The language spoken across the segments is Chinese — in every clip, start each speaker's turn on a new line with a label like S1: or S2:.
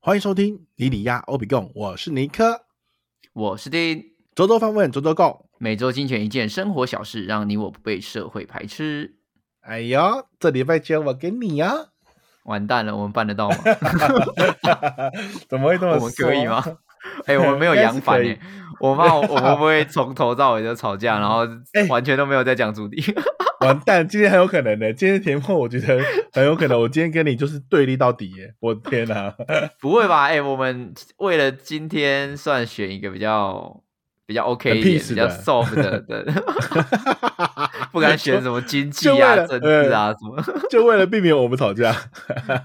S1: 欢迎收听尼里亚欧比贡，我是尼克。
S2: 我是丁，
S1: 周周访问，周周共。
S2: 每周精选一件生活小事，让你我不被社会排斥。
S1: 哎呦，这礼拜交我给你啊呀、
S2: 完蛋了，我们办得到吗？
S1: 怎么会这么说？
S2: 我们可以吗？ 哎、我们没有
S1: 啊应该
S2: 扬
S1: 是
S2: 帆
S1: 可
S2: 哎、
S1: 以
S2: 我 怕我们会从头到尾的吵架，然后
S1: 哎
S2: 完全都没有在讲主题。
S1: 完蛋，今天很有可能的、今天题目我觉得很有可能，我今天跟你就是对立到底耶、我的天哪、
S2: 不会吧？哎、我们为了今天算选一个比较比较 OK
S1: 很
S2: 一点、
S1: peace
S2: 比较
S1: 的
S2: soft 的， 对，不敢选什么经济
S1: 就为
S2: 啊、
S1: 了呃
S2: 政治啊什么，
S1: 就为了避免我们吵架，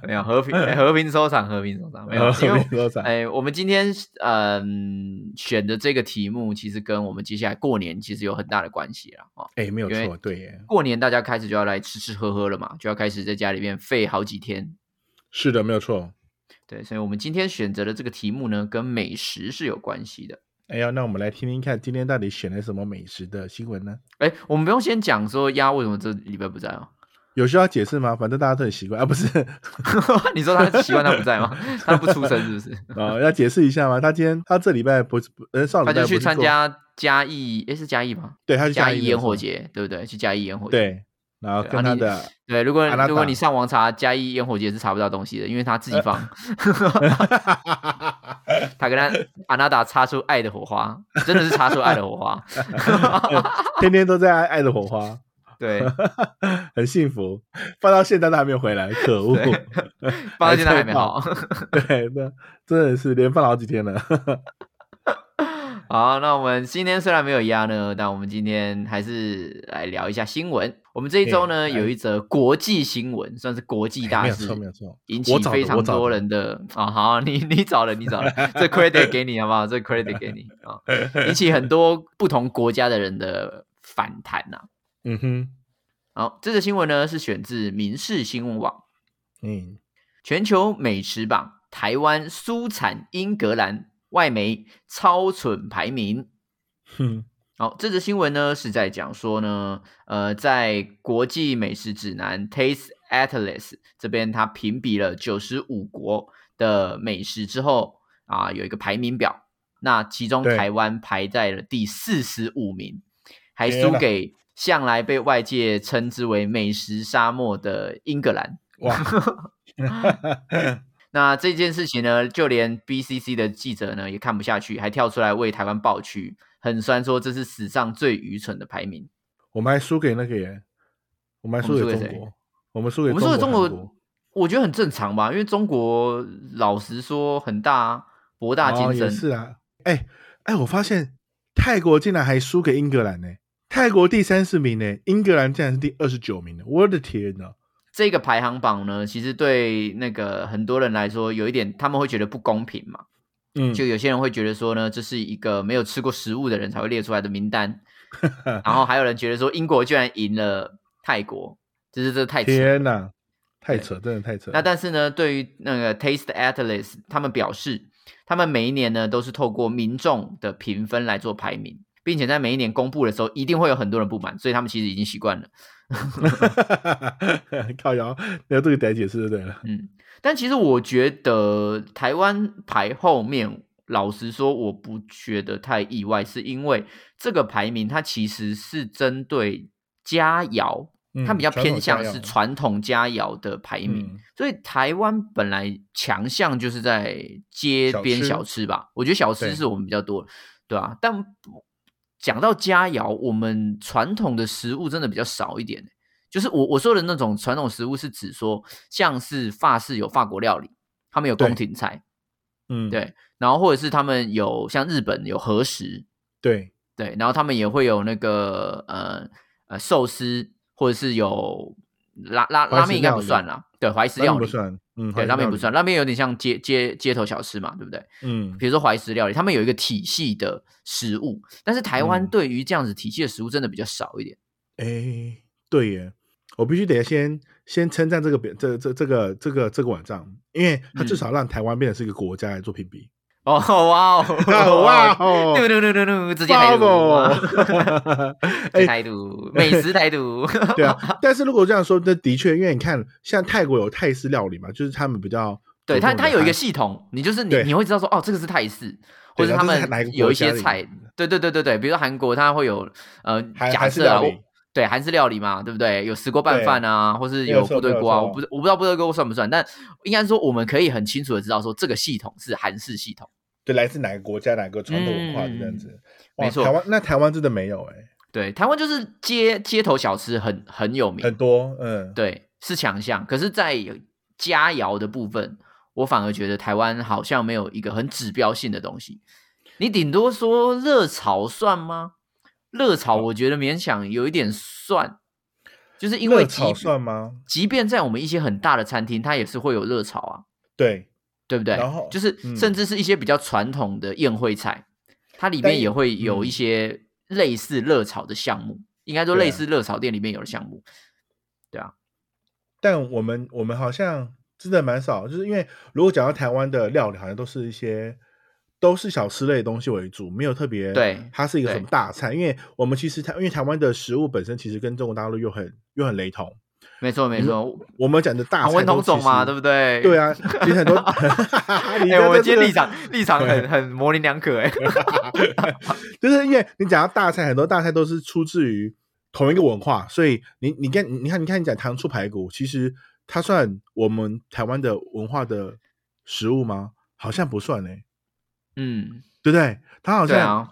S2: 没有和平、哎和平收场，和平收场，没有，因为
S1: 没多少。
S2: 哎，我们今天嗯选的这个题目，其实跟我们接下来过年其实有很大的关系啦。哦，
S1: 哎，没有
S2: 因
S1: 错，
S2: 为
S1: 对耶，
S2: 过年大家开始就要来吃吃喝喝了嘛，就要开始在家里面废好几天。
S1: 是的，没有错。
S2: 对，所以我们今天选择的这个题目呢，跟美食是有关系的。
S1: 哎呀，那我们来听听看，今天到底选了什么美食的新闻呢？
S2: 哎，我们不用先讲说鸭为什么这礼拜不在哦。
S1: 有需要解释吗？反正大家都很习惯啊，不是
S2: 你说他习惯他不在吗？他不出声是不 是？
S1: 啊、要解释一下吗？他今天他这礼拜不是不呃上礼
S2: 他
S1: 拜
S2: 就
S1: 不
S2: 去
S1: 是
S2: 参
S1: 做，
S2: 加嘉义，哎是嘉义吗？
S1: 对，他去
S2: 嘉义
S1: 义的
S2: 烟
S1: 时
S2: 火
S1: 候，
S2: 节，对不对？去嘉义烟火节。
S1: 对，然后
S2: 对
S1: 跟
S2: 啊
S1: 他
S2: 你
S1: 的
S2: 对，如果
S1: 阿拉
S2: 如果
S1: 达
S2: 你上网查嘉义烟火节是查不到东西的，因为他自己放， 他跟他阿娜达擦出爱的火花，真的是擦出爱的火 花。
S1: 天天都在爱爱的火花，
S2: 对，
S1: 很幸福。放到现在都还没有回来，可恶！
S2: 对放到现在还没好。
S1: 对，那真的是连放了好几天了。
S2: 好，那我们今天虽然没有鸭呢，但我们今天还是来聊一下新闻。我们这一周呢，
S1: 哎
S2: 有一则国际新闻，算是国际
S1: 哎没
S2: 大
S1: 有
S2: 事
S1: 错，，没有错，
S2: 引
S1: 我
S2: 起
S1: 找的
S2: 非
S1: 我
S2: 常
S1: 找
S2: 多
S1: 的
S2: 人的啊、好，你你找了，你找了，这 credit 给你好不好？这 credit 给你啊、 引起很多不同国家的人的反弹呐、
S1: 嗯哼，
S2: 好，这则新闻呢是选自《民事新闻网》，
S1: 嗯，
S2: 全球美食榜，台湾苏产英格兰，外媒超蠢排名。
S1: 哼，
S2: 好，这则新闻呢是在讲说呢，呃，在国际美食指南 Taste Atlas 这边，它评比了九十五国的美食之后啊，有一个排名表。那其中
S1: 对
S2: 台湾排在了第四十五名，还
S1: 天
S2: 输
S1: 哪
S2: 给向来被外界称之为美食沙漠的英格兰。
S1: 哇，
S2: 那这件事情呢，就连 BCC 的记者呢也看不下去，还跳出来为台湾爆区，很酸说这是史上最愚蠢的排名。
S1: 我们还输给那个耶，我们还输
S2: 我们
S1: 给
S2: 输给
S1: 中
S2: 谁
S1: 国，我们输给
S2: 我们说的
S1: 中
S2: 中
S1: 国韩
S2: 国，我觉得很正常吧，因为中国老实说很大，博大
S1: 哦
S2: 精
S1: 也
S2: 深。
S1: 是啊。哎哎，我发现泰国竟然还输给英格兰呢，泰国第三十名呢，英格兰竟然是第二十九名呢，我的天呐！
S2: 这个排行榜呢，其实对那个很多人来说有一点，他们会觉得不公平嘛。
S1: 嗯，
S2: 就有些人会觉得说呢，这是一个没有吃过食物的人才会列出来的名 单，然后还有人觉得说英国居然赢了泰国，就是这太扯了
S1: 天呐，太扯，真的太扯。
S2: 那但是呢，对于那个 Taste Atlas，他们表示，他们每一年呢都是透过民众的评分来做排名，并且在每一年公布的时候，一定会有很多人不满，所以他们其实已经习惯了。
S1: 靠摇，那这个得解释就对了。
S2: 嗯，但其实我觉得台湾排后面，老实说，我不觉得太意外，是因为这个排名它其实是针对佳肴，
S1: 嗯
S2: 它比较偏向是
S1: 传统佳肴
S2: 传统佳肴的排名。
S1: 嗯
S2: 所以台湾本来强项就是在街边
S1: 小
S2: 小吃吧，我觉得小吃
S1: 对
S2: 是我们比较多，对啊？但不讲到佳肴，我们传统的食物真的比较少一点、欸就是我我说的那种传统食物，是指说像是法式有法国料理，他们有宫
S1: 对
S2: 廷菜，
S1: 嗯，
S2: 对，然后或者是他们有像日本有和食，
S1: 对，
S2: 对，然后他们也会有那个呃呃寿司，或者是有拉拉
S1: 怀
S2: 拉
S1: 石
S2: 面应该
S1: 料
S2: 不
S1: 理
S2: 算啦，对，怀石
S1: 拉面
S2: 料
S1: 不
S2: 理
S1: 算，嗯，
S2: 对，拉面不
S1: 怀石料
S2: 算，拉面有点像街街街头小吃嘛，对不对？
S1: 理，嗯，
S2: 比如说怀石料理，他们有一个体系的食物，但是台湾
S1: 嗯
S2: 对于这样子体系的食物真的比较少 一点。
S1: 哎，对耶，我必须得先先称赞这个表，这这这个这个这个网站，因为它至
S2: 嗯
S1: 少让台湾变成是一个国家来做评比。
S2: 哦哇 哦
S1: 哇
S2: 哦，
S1: 哦
S2: 嘟嘟嘟嘟嘟，直接台独，哇
S1: 哦！
S2: 直接
S1: 哎，
S2: 台独美食台独，
S1: 对啊，但是如果这样说，那的确，因为你看，像泰国有泰式料理嘛，就是他们比较
S2: 对它
S1: 传统的
S2: 它有一个
S1: 韩
S2: 系统，你就是你
S1: 对
S2: 你会知道说哦，这个是泰式，或
S1: 对
S2: 者
S1: 然
S2: 他
S1: 后这是
S2: 们
S1: 哪一个国
S2: 有一些
S1: 家的
S2: 菜
S1: 饮料，
S2: 对对对对对，比如说韩国它会有呃
S1: 韩
S2: 假
S1: 韩式
S2: 设啊
S1: 料，理
S2: 我对韩式料理嘛，对不对？有石锅拌
S1: 对
S2: 饭啊，或是
S1: 没有
S2: 有
S1: 错
S2: 部队
S1: 没有
S2: 锅啊，
S1: 错
S2: 我不我不知道部队锅算不算，但应该说我们可以很清楚的知道说这个系统是韩式系统。
S1: 对，来自哪个国家、哪个传统文化的
S2: 嗯
S1: 这样子。哇
S2: 没错
S1: 台湾那台湾真的没有哎、
S2: 对，台湾就是街街头小吃很很有名，
S1: 很多嗯，
S2: 对，是强项。可是，在佳肴的部分，我反而觉得台湾好像没有一个很指标性的东西。你顶多说热炒算吗？热炒
S1: 哦
S2: 我觉得勉强有一点算，就是因为
S1: 热炒
S2: 即
S1: 算吗？
S2: 即便在我们一些很大的餐厅，它也是会有热炒啊，
S1: 对，
S2: 对不对？
S1: 然后
S2: 就是
S1: 嗯
S2: 甚至是一些比较传统的宴会菜，它里
S1: 但
S2: 面也会有
S1: 嗯
S2: 一些类似热炒的项目，应该说
S1: 对啊
S2: 类似热炒店里面有的项目。
S1: 但我们我们好像真的蛮少，就是因为如果讲到台湾的料理，好像都是一些都是小吃类的东西为主，没有特别
S2: 对
S1: 它是一个
S2: 对
S1: 什么大菜。因为我们其实台因为台湾的食物本身其实跟中国大陆又很又很雷同，
S2: 没错，
S1: 嗯
S2: 没错，
S1: 我们讲的大
S2: 同
S1: 菜
S2: 文同种嘛，对
S1: 不
S2: 不对？
S1: 对？对啊，其实很 多。 你
S2: 哎、我们
S1: 这
S2: 今
S1: 个
S2: 天立 场立场很很模棱两可哎、
S1: 就是因为你讲到大菜，很多大菜都是出自于同一个文化，所以你你看你看你看你讲糖醋排骨，其实它算我们台湾的文化的食物吗？好像不算呢、欸
S2: 嗯，
S1: 对不对？它好
S2: 对
S1: 像
S2: 啊，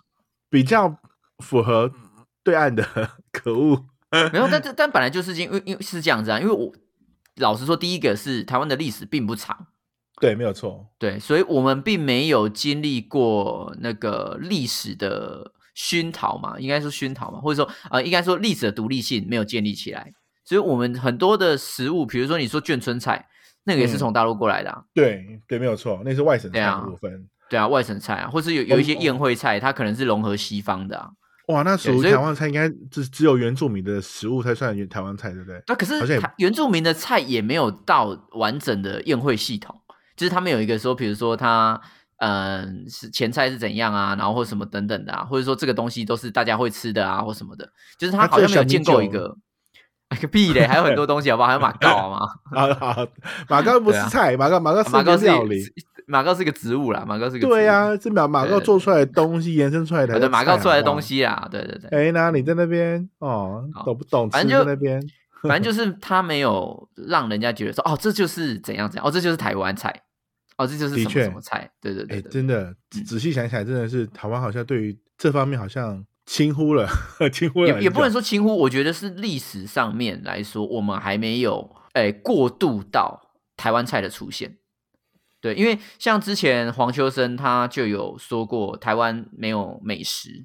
S1: 比较符合对岸的， 可恶。
S2: 没有，但但但本来就是因为因为是这样子啊，因为我老实说，第一个是台湾的历史并不长，
S1: 对，没有错。
S2: 对，所以我们并没有经历过那个历史的熏陶嘛，应该说熏陶嘛，或者说呃，应该说历史的独立性没有建立起来，所以我们很多的食物，比如说你说眷村菜，那个也是
S1: 嗯
S2: 从大陆过来的、啊。
S1: 对对，没有错，那是外省菜
S2: 对啊
S1: 的部分。
S2: 对啊，外省菜啊，或是有有一些
S1: 我
S2: 宴会菜，它可能是融合西方的啊。
S1: 哇，那属于
S2: 所以
S1: 台湾菜应该只只有原住民的食物才算原台湾菜，对不 对？
S2: 那啊可是
S1: 好像也
S2: 它原住民的菜也没有到完整的宴会系统，就是他们有一个说，比如说他嗯、是前菜是怎样啊，然后或什么等等的啊，或者说这个东西都是大家会吃的啊，或什么的，就是他
S1: 它
S2: 好像没有
S1: 只有小
S2: 建
S1: 米
S2: 构一
S1: 酒
S2: 个。哎个屁嘞，还有很多东西好不好？还有马告 好吗？
S1: 啊，好，马告不是
S2: 对啊
S1: 菜，马告马告
S2: 马
S1: 是
S2: 告
S1: 个
S2: 是
S1: 料理。
S2: 马告是个植物啦，马告是个
S1: 对
S2: 呀、
S1: 呀、这马马
S2: 对
S1: 告
S2: 对
S1: 做出来的东西延伸出来
S2: 啊
S1: 的还
S2: 对
S1: 是
S2: 马告
S1: 菜
S2: 出来的
S1: 好不好
S2: 东。西啦，对对对。
S1: 哎，那你在那边哦
S2: 好，
S1: 懂不懂？
S2: 反
S1: 吃
S2: 正就
S1: 在那边，
S2: 反正就是他没有让人家觉得说，哦，这就是怎样怎样，哦，这就是台湾菜，哦，这就是
S1: 的
S2: 什么
S1: 确
S2: 什么菜，对对
S1: 哎，
S2: 对对，
S1: 真的仔仔细想起来，真的是台湾好像对于这方面好像轻忽了， 轻忽了
S2: 也
S1: 很
S2: 也不
S1: 久
S2: 能说轻忽，我觉得是历史上面来说，我们还没有哎过渡到台湾菜的出现。对，因为像之前黄秋生他就有说过，台湾没有美食，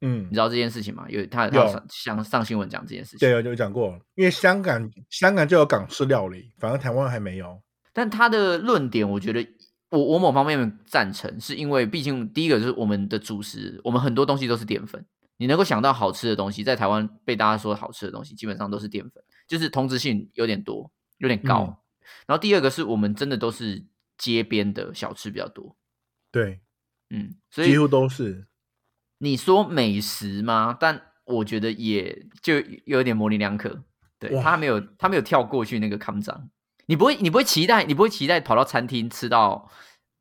S1: 嗯
S2: 你知，道这件事情吗？有他他
S1: 有
S2: 有上上上新闻讲这件事情，
S1: 对，有有讲过，因为香港香港就有港式料理，反正台湾还没有。
S2: 但他的论点，我觉得我我某方面赞成，是因为毕竟第一个就是我们的主食，我们很多东西都是淀粉。你能够想到好吃的东西，在台湾被大家说好吃的东西，基本上都是淀粉，就是同质性有点多，有点高。
S1: 嗯
S2: 然后第二个是我们真的都是街边的小吃比较多，
S1: 对，
S2: 嗯，所以
S1: 几乎都是
S2: 你说美食吗？但我觉得也就有点模棱两可。对
S1: 哇
S2: 他没有，他没有跳过去那个康长。你不会，你不会期待，你不会期待跑到餐厅吃到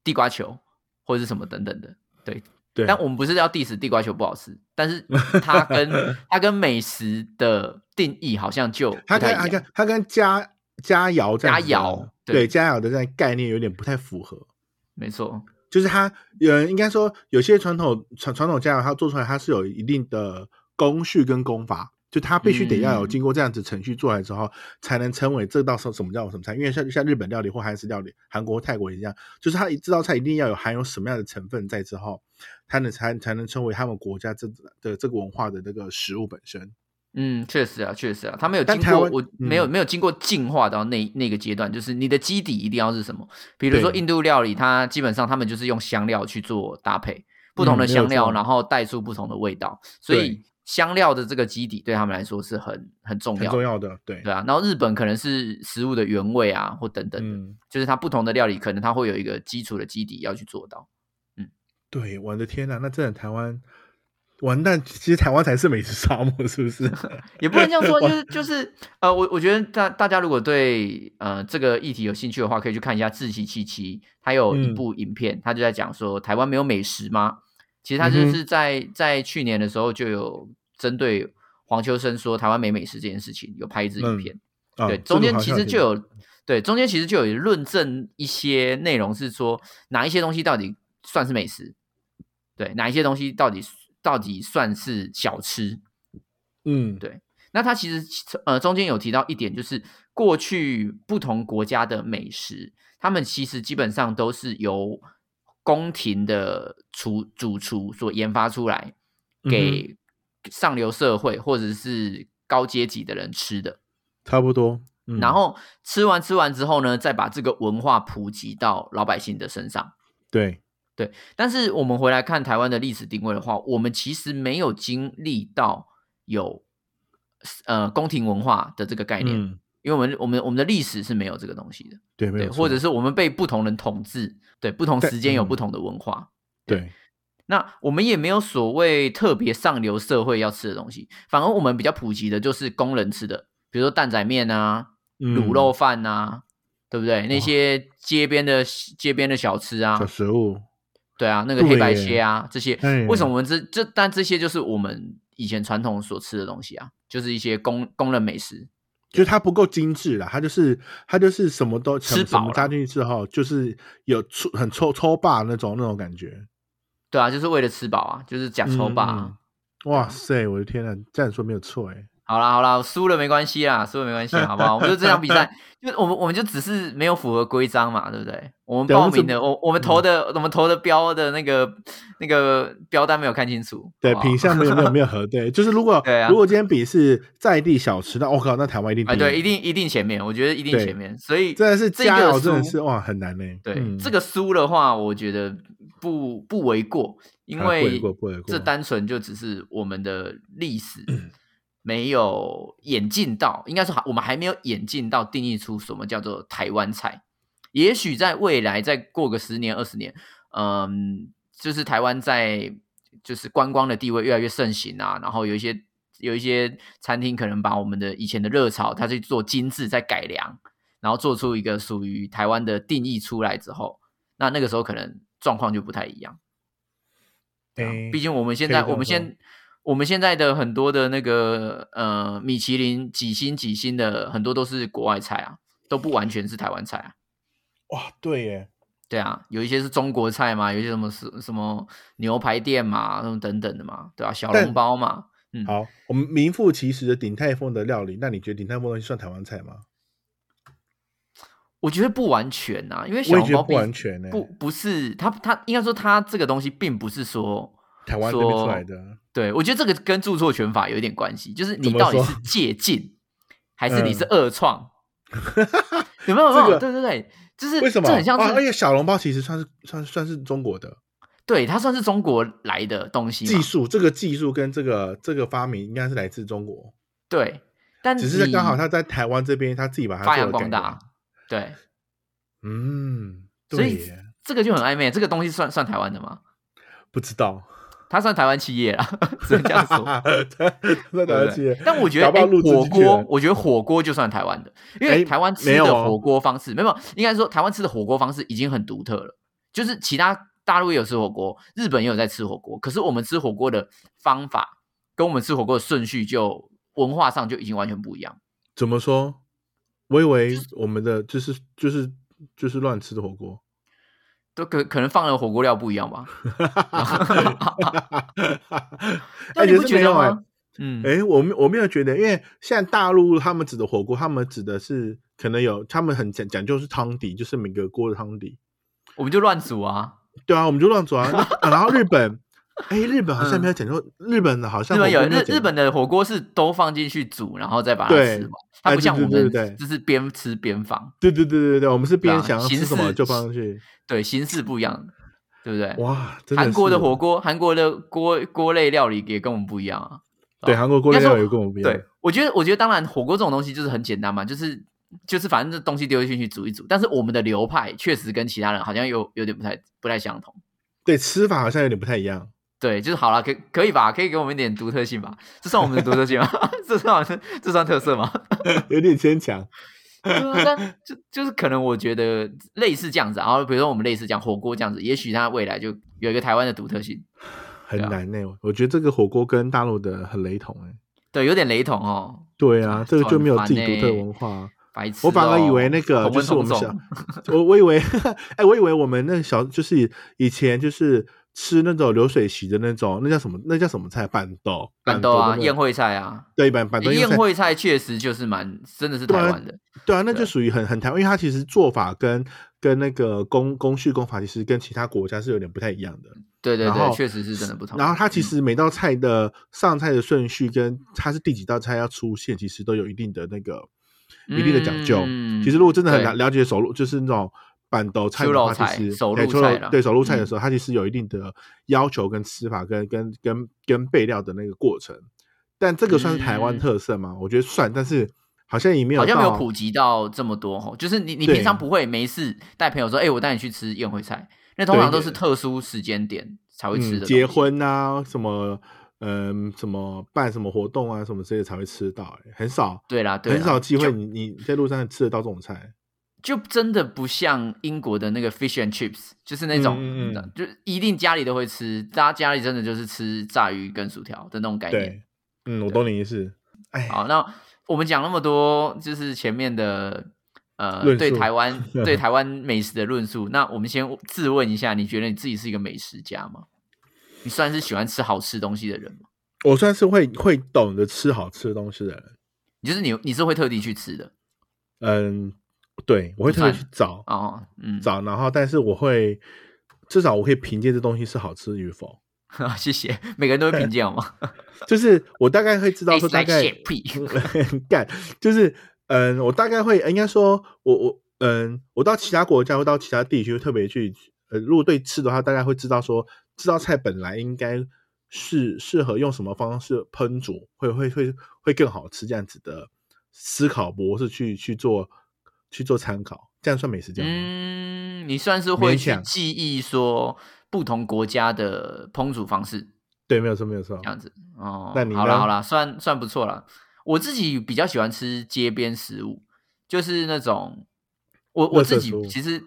S2: 地瓜球或者是什么等等的。
S1: 对。
S2: 但我们不是要 diss 地瓜球不好吃，但 是它跟它跟美食的定义好像就不
S1: 它
S2: 太一
S1: 跟它
S2: 样
S1: 跟。它跟佳佳肴这样
S2: 佳
S1: 子的
S2: 肴对
S1: 对佳肴的这样概念有点不太符合。
S2: 没错，
S1: 就是它，呃，应该说有些传统传传统佳肴，它做出来它是有一定的工序跟工法，就它必须得要有
S2: 嗯
S1: 经过这样子程序做来之后，才能称为这道什什么叫什么菜。因为像像日本料理或韩式料理、韩国、泰国一样，就是它一这道菜一定要有含有什么样的成分在之后，它能才才能称为他们国家这的这个文化的那个食物本身。
S2: 嗯，确实啊，确实啊，他没有
S1: 但
S2: 经
S1: 台
S2: 过，
S1: 湾
S2: 我
S1: 嗯
S2: 没有、没有经过进化到那那个阶段，就是你的基底一定要是什么？比如说
S1: 对
S2: 印度料理，它基本上他们就是用香料去做搭配，不同
S1: 嗯
S2: 的
S1: 没有
S2: 香料，
S1: 错
S2: 然后带出不同的味道，所以香料的这个基底对他们来说是很很重
S1: 很
S2: 要，
S1: 重要的，对，
S2: 对啊。然后日本可能是食物的原味啊，或等等的，
S1: 嗯，
S2: 就是它不同的料理可能它会有一个基础的基底要去做到。
S1: 对，我的天呐，那真的台湾完蛋，其实台湾才是美食沙漠，是不 是？
S2: 也不能这样 说，就是就是呃，我我觉得大大家如果对呃这个议题有兴趣的话，可以去看一下志崎七七，他有
S1: 嗯
S2: 一部影片，他就在讲说台湾没有美食吗？其实他就
S1: 嗯哼
S2: 是在、在去年的时候就有针对黄秋生说台湾没美食这件事情有拍一支影
S1: 嗯
S2: 片，
S1: 啊
S2: 对，
S1: 这
S2: 中
S1: 个
S2: 间
S1: 好
S2: 其
S1: 像
S2: 实就有对中间其实就有论证一些内容，是说哪一些东西到底算是美食，对，哪一些东西到底到底算是小吃。
S1: 嗯，
S2: 对那它其实呃中间有提到一点，就是过去不同国家的美食，他们其实基本上都是由宫廷的厨主厨所研发出来，
S1: 嗯
S2: 给上流社会或者是高阶级的人吃的。
S1: 差不多。嗯、
S2: 然后吃完吃完之后呢，再把这个文化普及到老百姓的身上。
S1: 对，
S2: 但是我们回来看台湾的历史定位的话，我们其实没有经历到有呃宫廷文化的这个概念，
S1: 嗯，
S2: 因为我们我们我们的历史是没有这个东西的，
S1: 对，没
S2: 对，
S1: 有错，
S2: 或者是我们被不同人统治，对，不同
S1: 对
S2: 时间有
S1: 嗯
S2: 不同的文化。
S1: 对，
S2: 那我们也没有所谓特别上流社会要吃的东西，反而我们比较普及的就是工人吃的，比如说蛋仔面啊、
S1: 嗯
S2: 卤肉饭呐、对不对？那些街边的街边的小吃啊
S1: 小，食物，
S2: 对啊，那个
S1: 对
S2: 黑白
S1: 耶
S2: 切啊，这些
S1: 哎
S2: 为什么我们这这但这些就是我们以前传统所吃的东西啊，就是一些工工人美食。
S1: 就是它不够精致啦，它就是它就是什么都
S2: 吃
S1: 什
S2: 饱
S1: 么
S2: 了
S1: 加进去之后，就是有粗很粗粗霸那种那种感觉。
S2: 对啊，就是为了吃饱啊，就是假抽吧、啊。
S1: 嗯哇塞，我的天呐，这样说没有错哎、
S2: 好啦好啦，输了没关系啦，输了没 关系，好不好？我们就这场比赛，就我们我们就只是没有符合规章嘛，对不对？我们
S1: 对我
S2: 报
S1: 们嗯
S2: 名
S1: 只
S2: 的，我我们投的，我们投的标的那个那个标单没有看清楚，
S1: 对，
S2: 好不好
S1: 品相没有没有没有核对，就是如果、
S2: 对啊
S1: 如果今天比是在地小吃，那我、靠，那台湾一定
S2: 哎，
S1: 第
S2: 对，
S1: 一
S2: 一定一定前面，我觉得一定
S1: 对
S2: 前面，所以
S1: 真的是
S2: 这个
S1: 佳肴，真的
S2: 输
S1: 是哇很难呢、
S2: 对、
S1: 嗯
S2: 这个输的话，我觉得不不为过，因
S1: 啊不为
S2: 为
S1: 过不为过嗯
S2: 这单纯就只是我们的历史没有演进到，应该说还我们还没有演进到定义出什么叫做台湾菜。也许在未来，再过个十年二十年，嗯，就是台湾在就是观光的地位越来越盛行啊，然后有一些有一些餐厅可能把我们的以前的热潮，它去做精致，再改良，然后做出一个属于台湾的定义出来之后，那那个时候可能状况就不太一样。对啊
S1: 哎
S2: 毕竟我们现
S1: 可以
S2: 在
S1: 这么
S2: 我们现我们现在的很多的那个呃米其林几星几星的很多都是国外菜啊，都不完全是台湾菜啊。
S1: 哇对耶，
S2: 对啊，有一些是中国菜嘛，有一些什么什什么牛排店嘛，什么等等的嘛，对啊，小
S1: 但
S2: 笼包嘛，嗯
S1: 好，我们名副其实的鼎泰丰的料理，那你觉得鼎泰丰东西算台湾菜吗？
S2: 我觉得不完全呐、啊，因为小
S1: 我也
S2: 笼
S1: 觉得
S2: 包
S1: 不
S2: 并
S1: 完全呢、欸
S2: 不不是它它应该说它这个东西并不是说
S1: 台湾这边出
S2: 说
S1: 来的，
S2: 对，我觉得这个跟著作权法有一点关系，就是你
S1: 怎么
S2: 到底
S1: 说
S2: 是借鉴，还是你
S1: 嗯
S2: 是恶创？ 有没有？有没有
S1: 这个
S2: 对对对，就是
S1: 为什么？
S2: 这很像
S1: 啊
S2: 是、
S1: 而且小笼包其实算是算算是中国的
S2: 对，它算是中国来的东西
S1: 技
S2: 嘛？
S1: 术，这个技术跟这个这个发明应该是来自中国，
S2: 对，但
S1: 只是
S2: 你
S1: 刚好他在台湾这边他自己把它
S2: 发
S1: 做
S2: 扬
S1: 了
S2: 光
S1: 改
S2: 大
S1: 良。，
S2: 对，
S1: 嗯，
S2: 所
S1: 对
S2: 以
S1: 耶，
S2: 这个就很暧昧。这个东西算算台湾的吗？
S1: 不知道，
S2: 它算台湾企业啦， 只 能这样说。
S1: 那
S2: 对
S1: 台
S2: 不
S1: 湾企
S2: 对
S1: 业？，
S2: 但我觉得，
S1: 搞不好
S2: 哎，
S1: 录制
S2: 火
S1: 进去
S2: 锅
S1: 了，
S2: 我觉得火锅就算台湾的，因为
S1: 哎
S2: 台湾吃
S1: 没有
S2: 的
S1: 哦
S2: 火锅方式，没有，应该说台湾吃的火锅方式已经很独特了。就是其他大陆也有吃火锅，日本也有在吃火锅，可是我们吃火锅的方法跟我们吃火锅的顺序就文化上就已经完全不一样。
S1: 怎么说？我以为我们的就是就是就是乱吃的火锅，
S2: 都可可能放的火锅料不一样 吧？
S1: 哎
S2: 但你
S1: 也
S2: 不
S1: 是
S2: 觉
S1: 没
S2: 得
S1: 有哎
S2: 吗？嗯，
S1: 哎，我没我没有觉得，因为现在大陆他们指的火锅，他们指的是可能有他们很讲讲究是汤底，就是每个锅的汤底。
S2: 我们就乱煮啊，
S1: 对啊，我们就乱煮啊。那然后日本，哎，日本好像没有讲究，日本的好像
S2: 嗯日本有
S1: 火锅没
S2: 日
S1: 讲
S2: 日本的火锅是都放进去煮，然后再把它
S1: 对
S2: 吃完，它
S1: 哎
S2: 不像
S1: 对
S2: 我
S1: 对对对
S2: 们
S1: 对
S2: 就是边吃边放，
S1: 对对对对对，我们是
S2: 对
S1: 边
S2: 啊
S1: 想要
S2: 形
S1: 吃什么
S2: 式
S1: 就放上去。
S2: 对，形式不一样，对不对？
S1: 哇，真的
S2: 韩国的
S1: 是
S2: 火锅，韩国的锅锅类料理也跟我们不一样啊。
S1: 对韩国锅
S2: 应
S1: 料
S2: 该说
S1: 理有跟我们不一样。
S2: 对，我觉得，我觉得当然火锅这种东西就是很简单嘛，就是就是反正这东西丢进去煮一煮，但是我们的流派确实跟其他人好像有有点不太不太相同。
S1: 对，吃法好像有点不太一样。
S2: 对，就是好了，可可以吧？可以给我们一点独特性吧？这算我们的独特性吗？ 这算这算特色 吗？
S1: 有点牵强。
S2: 对啊但就就是可能我觉得类似这样子啊，然后比如说我们类似讲火锅这样子，也许它未来就有一个台湾的独特性，
S1: 很
S2: 对啊
S1: 难呢、我觉得这个火锅跟大陆的很雷同哎、
S2: 对，有点雷同哦。
S1: 对啊，这个就没有自己独特
S2: 很烦欸
S1: 文化啊、
S2: 白痴哦、
S1: 我反而以为那个
S2: 同
S1: 就
S2: 文
S1: 是我
S2: 同
S1: 们
S2: 种
S1: 小，我我以为，哎、我以为我们那个小就是以前就是吃那种流水席的那种，那叫什么？那叫什么菜？板豆，
S2: 板豆啊，
S1: 那个
S2: 宴会菜啊，
S1: 对，板板豆
S2: 宴
S1: 菜
S2: 会菜确实就是蛮真的是
S1: 对啊
S2: 台湾的，
S1: 对啊，那
S2: 对
S1: 就属于很很台湾，因为它其实做法跟跟那个工工序工法其实跟其他国家是有点不太一样的。
S2: 对对
S1: 然
S2: 对，
S1: 后
S2: 确实是真的不同。嗯
S1: 然后它其实每道菜的上菜的顺序跟它是第几道菜要出现，其实都有一定的那个一定的讲究。
S2: 嗯
S1: 其实如果真的很了
S2: 对
S1: 了解手路，就是那种板豆菜
S2: 秋
S1: 的
S2: 肉
S1: 话，
S2: 菜
S1: 其实
S2: 手
S1: 对
S2: 路
S1: 秋
S2: 菜
S1: 肉
S2: 啦嗯
S1: 对手路菜的时候，它其实有一定的要求跟吃法跟跟跟跟备料的那个过程。但这个算是台湾
S2: 嗯
S1: 特色吗？我觉得算，但是好像也没有
S2: 好像没有
S1: 到
S2: 普及到这么多吼，就是你你
S1: 对
S2: 平常不会没事带朋友说，哎、我带你去吃宴会菜，那通常
S1: 对
S2: 都是特殊时间点才会吃的、
S1: 嗯、结，婚啊，什么嗯、什么办什么活动啊，什么之类的才会吃到、欸很少，
S2: 对啦对啦，啊
S1: 很少机会
S2: 就
S1: 你你在路上吃得到这种菜。
S2: 就真的不像英国的那个 fish and chips，就是那种，
S1: 嗯嗯嗯
S2: 嗯就一定家里都会吃，大家家里真的就是吃炸鱼跟薯条的那种概念。啊
S1: 对，嗯，我懂你意思。哎，
S2: 好，那我们讲那么多，就是前面的呃
S1: 论述
S2: 对台 湾对台湾美食的论述。那我们先自问一下，你觉得你自己是一个美食家吗？你算是喜欢吃好吃东西的人吗？
S1: 我算是会会懂得吃好吃的东西的人。
S2: 就是你你是会特地去吃的
S1: 嗯，对，我会特别去找
S2: 哦，嗯，
S1: 找，然后但是我会至少我可以凭借这东西是好吃与否。
S2: 谢谢，每个人都会评价我 吗
S1: 就是我大概会知道说
S2: Tastes
S1: 大
S2: like
S1: 概
S2: shit, pig
S1: 嗯 干，就是嗯，我大概会应该说，我我嗯，我到其他国家或到其他地区会特别去，呃，如果对吃的话，大概会知道说，这道菜本来应该是适合用什么方式烹煮，会会会会更好吃这样子的思考模式去去做去做参考，这样算美食家吗？
S2: 嗯，你算是会
S1: 勉
S2: 去
S1: 强
S2: 记忆说不同国家的烹煮方式。
S1: 对，没有错，没有错
S2: 这。样子哦。
S1: 那你
S2: 好啦
S1: 呢
S2: 好啦，算算不错啦。我自己比较喜欢吃街边食物，就是那种我我
S1: 垃圾
S2: 自己
S1: 食物
S2: 其实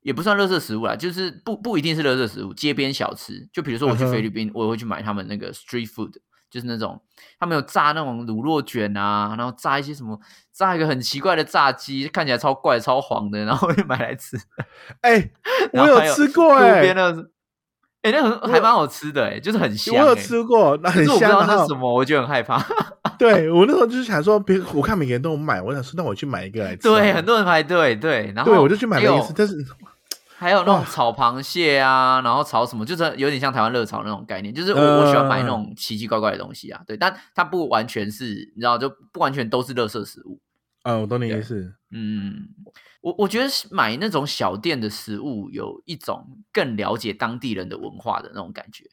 S2: 也不算垃圾食物啦，就是不不一定是垃圾食物，街边小吃。就比如说我去
S1: 嗯哼
S2: 菲律宾，我也会去买他们那个 street food，就是那种他们有炸那种乳酪卷啊，然后炸一些什么，炸一个很奇怪的炸鸡，看起来超怪超黄的，然后我就买来吃。
S1: 哎、我
S2: 然后还有
S1: 吃过
S2: 路
S1: 哎、
S2: 边的。哎、那很还蛮好吃的哎、就是很香、
S1: 我
S2: 欸。
S1: 有吃过，那
S2: 可
S1: 很
S2: 是我不知道
S1: 香啊然
S2: 它
S1: 后
S2: 是什么，我就很害 怕。
S1: 对我那时候就是想说，别我看每个人都有买，我想说那我去买一个来吃好了。
S2: 对，很多人排队，对，然后
S1: 啊对我就去买
S2: 还
S1: 了一
S2: 有
S1: 个吃，但是
S2: 还有那种
S1: 哇
S2: 炒螃蟹啊，然后炒什么，就是有点像台湾热炒那种概念，就是我、
S1: 嗯
S2: 我喜欢买那种奇奇怪怪的东西啊，对，但它不完全是，你知道，就不完全都是垃圾食物。
S1: 嗯，我懂你
S2: 对
S1: 意思，
S2: 嗯，我我觉得是买那种小店的食物有一种更了解当地人的文化的那种感觉。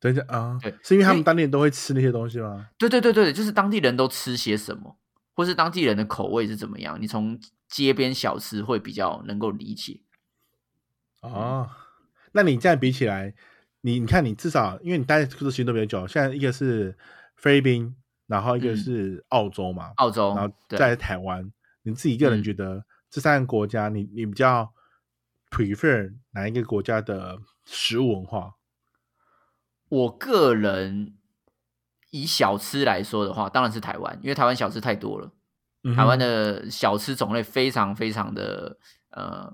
S1: 等一下啊，
S2: 对哎嗯
S1: 是因为他
S2: 因为
S1: 们当地人都会吃那些东西吗？
S2: 对对对对，就是当地人都吃些什么，或是当地人的口味是怎么样，你从街边小吃会比较能够理解。
S1: 哦，那你这样比起来，你你看你至少因为你待的时间都比较久，现在一个是菲律宾，然后一个
S2: 嗯
S1: 是澳洲嘛，
S2: 澳洲，
S1: 然后
S2: 对
S1: 再来台湾，你自己个人
S2: 嗯
S1: 觉得这三个国家，你你比较 prefer 哪一个国家的食物文化？
S2: 我个人以小吃来说的话，当然是台湾，因为台湾小吃太多了，
S1: 嗯
S2: 台湾
S1: 哼
S2: 的小吃种类非常非常的呃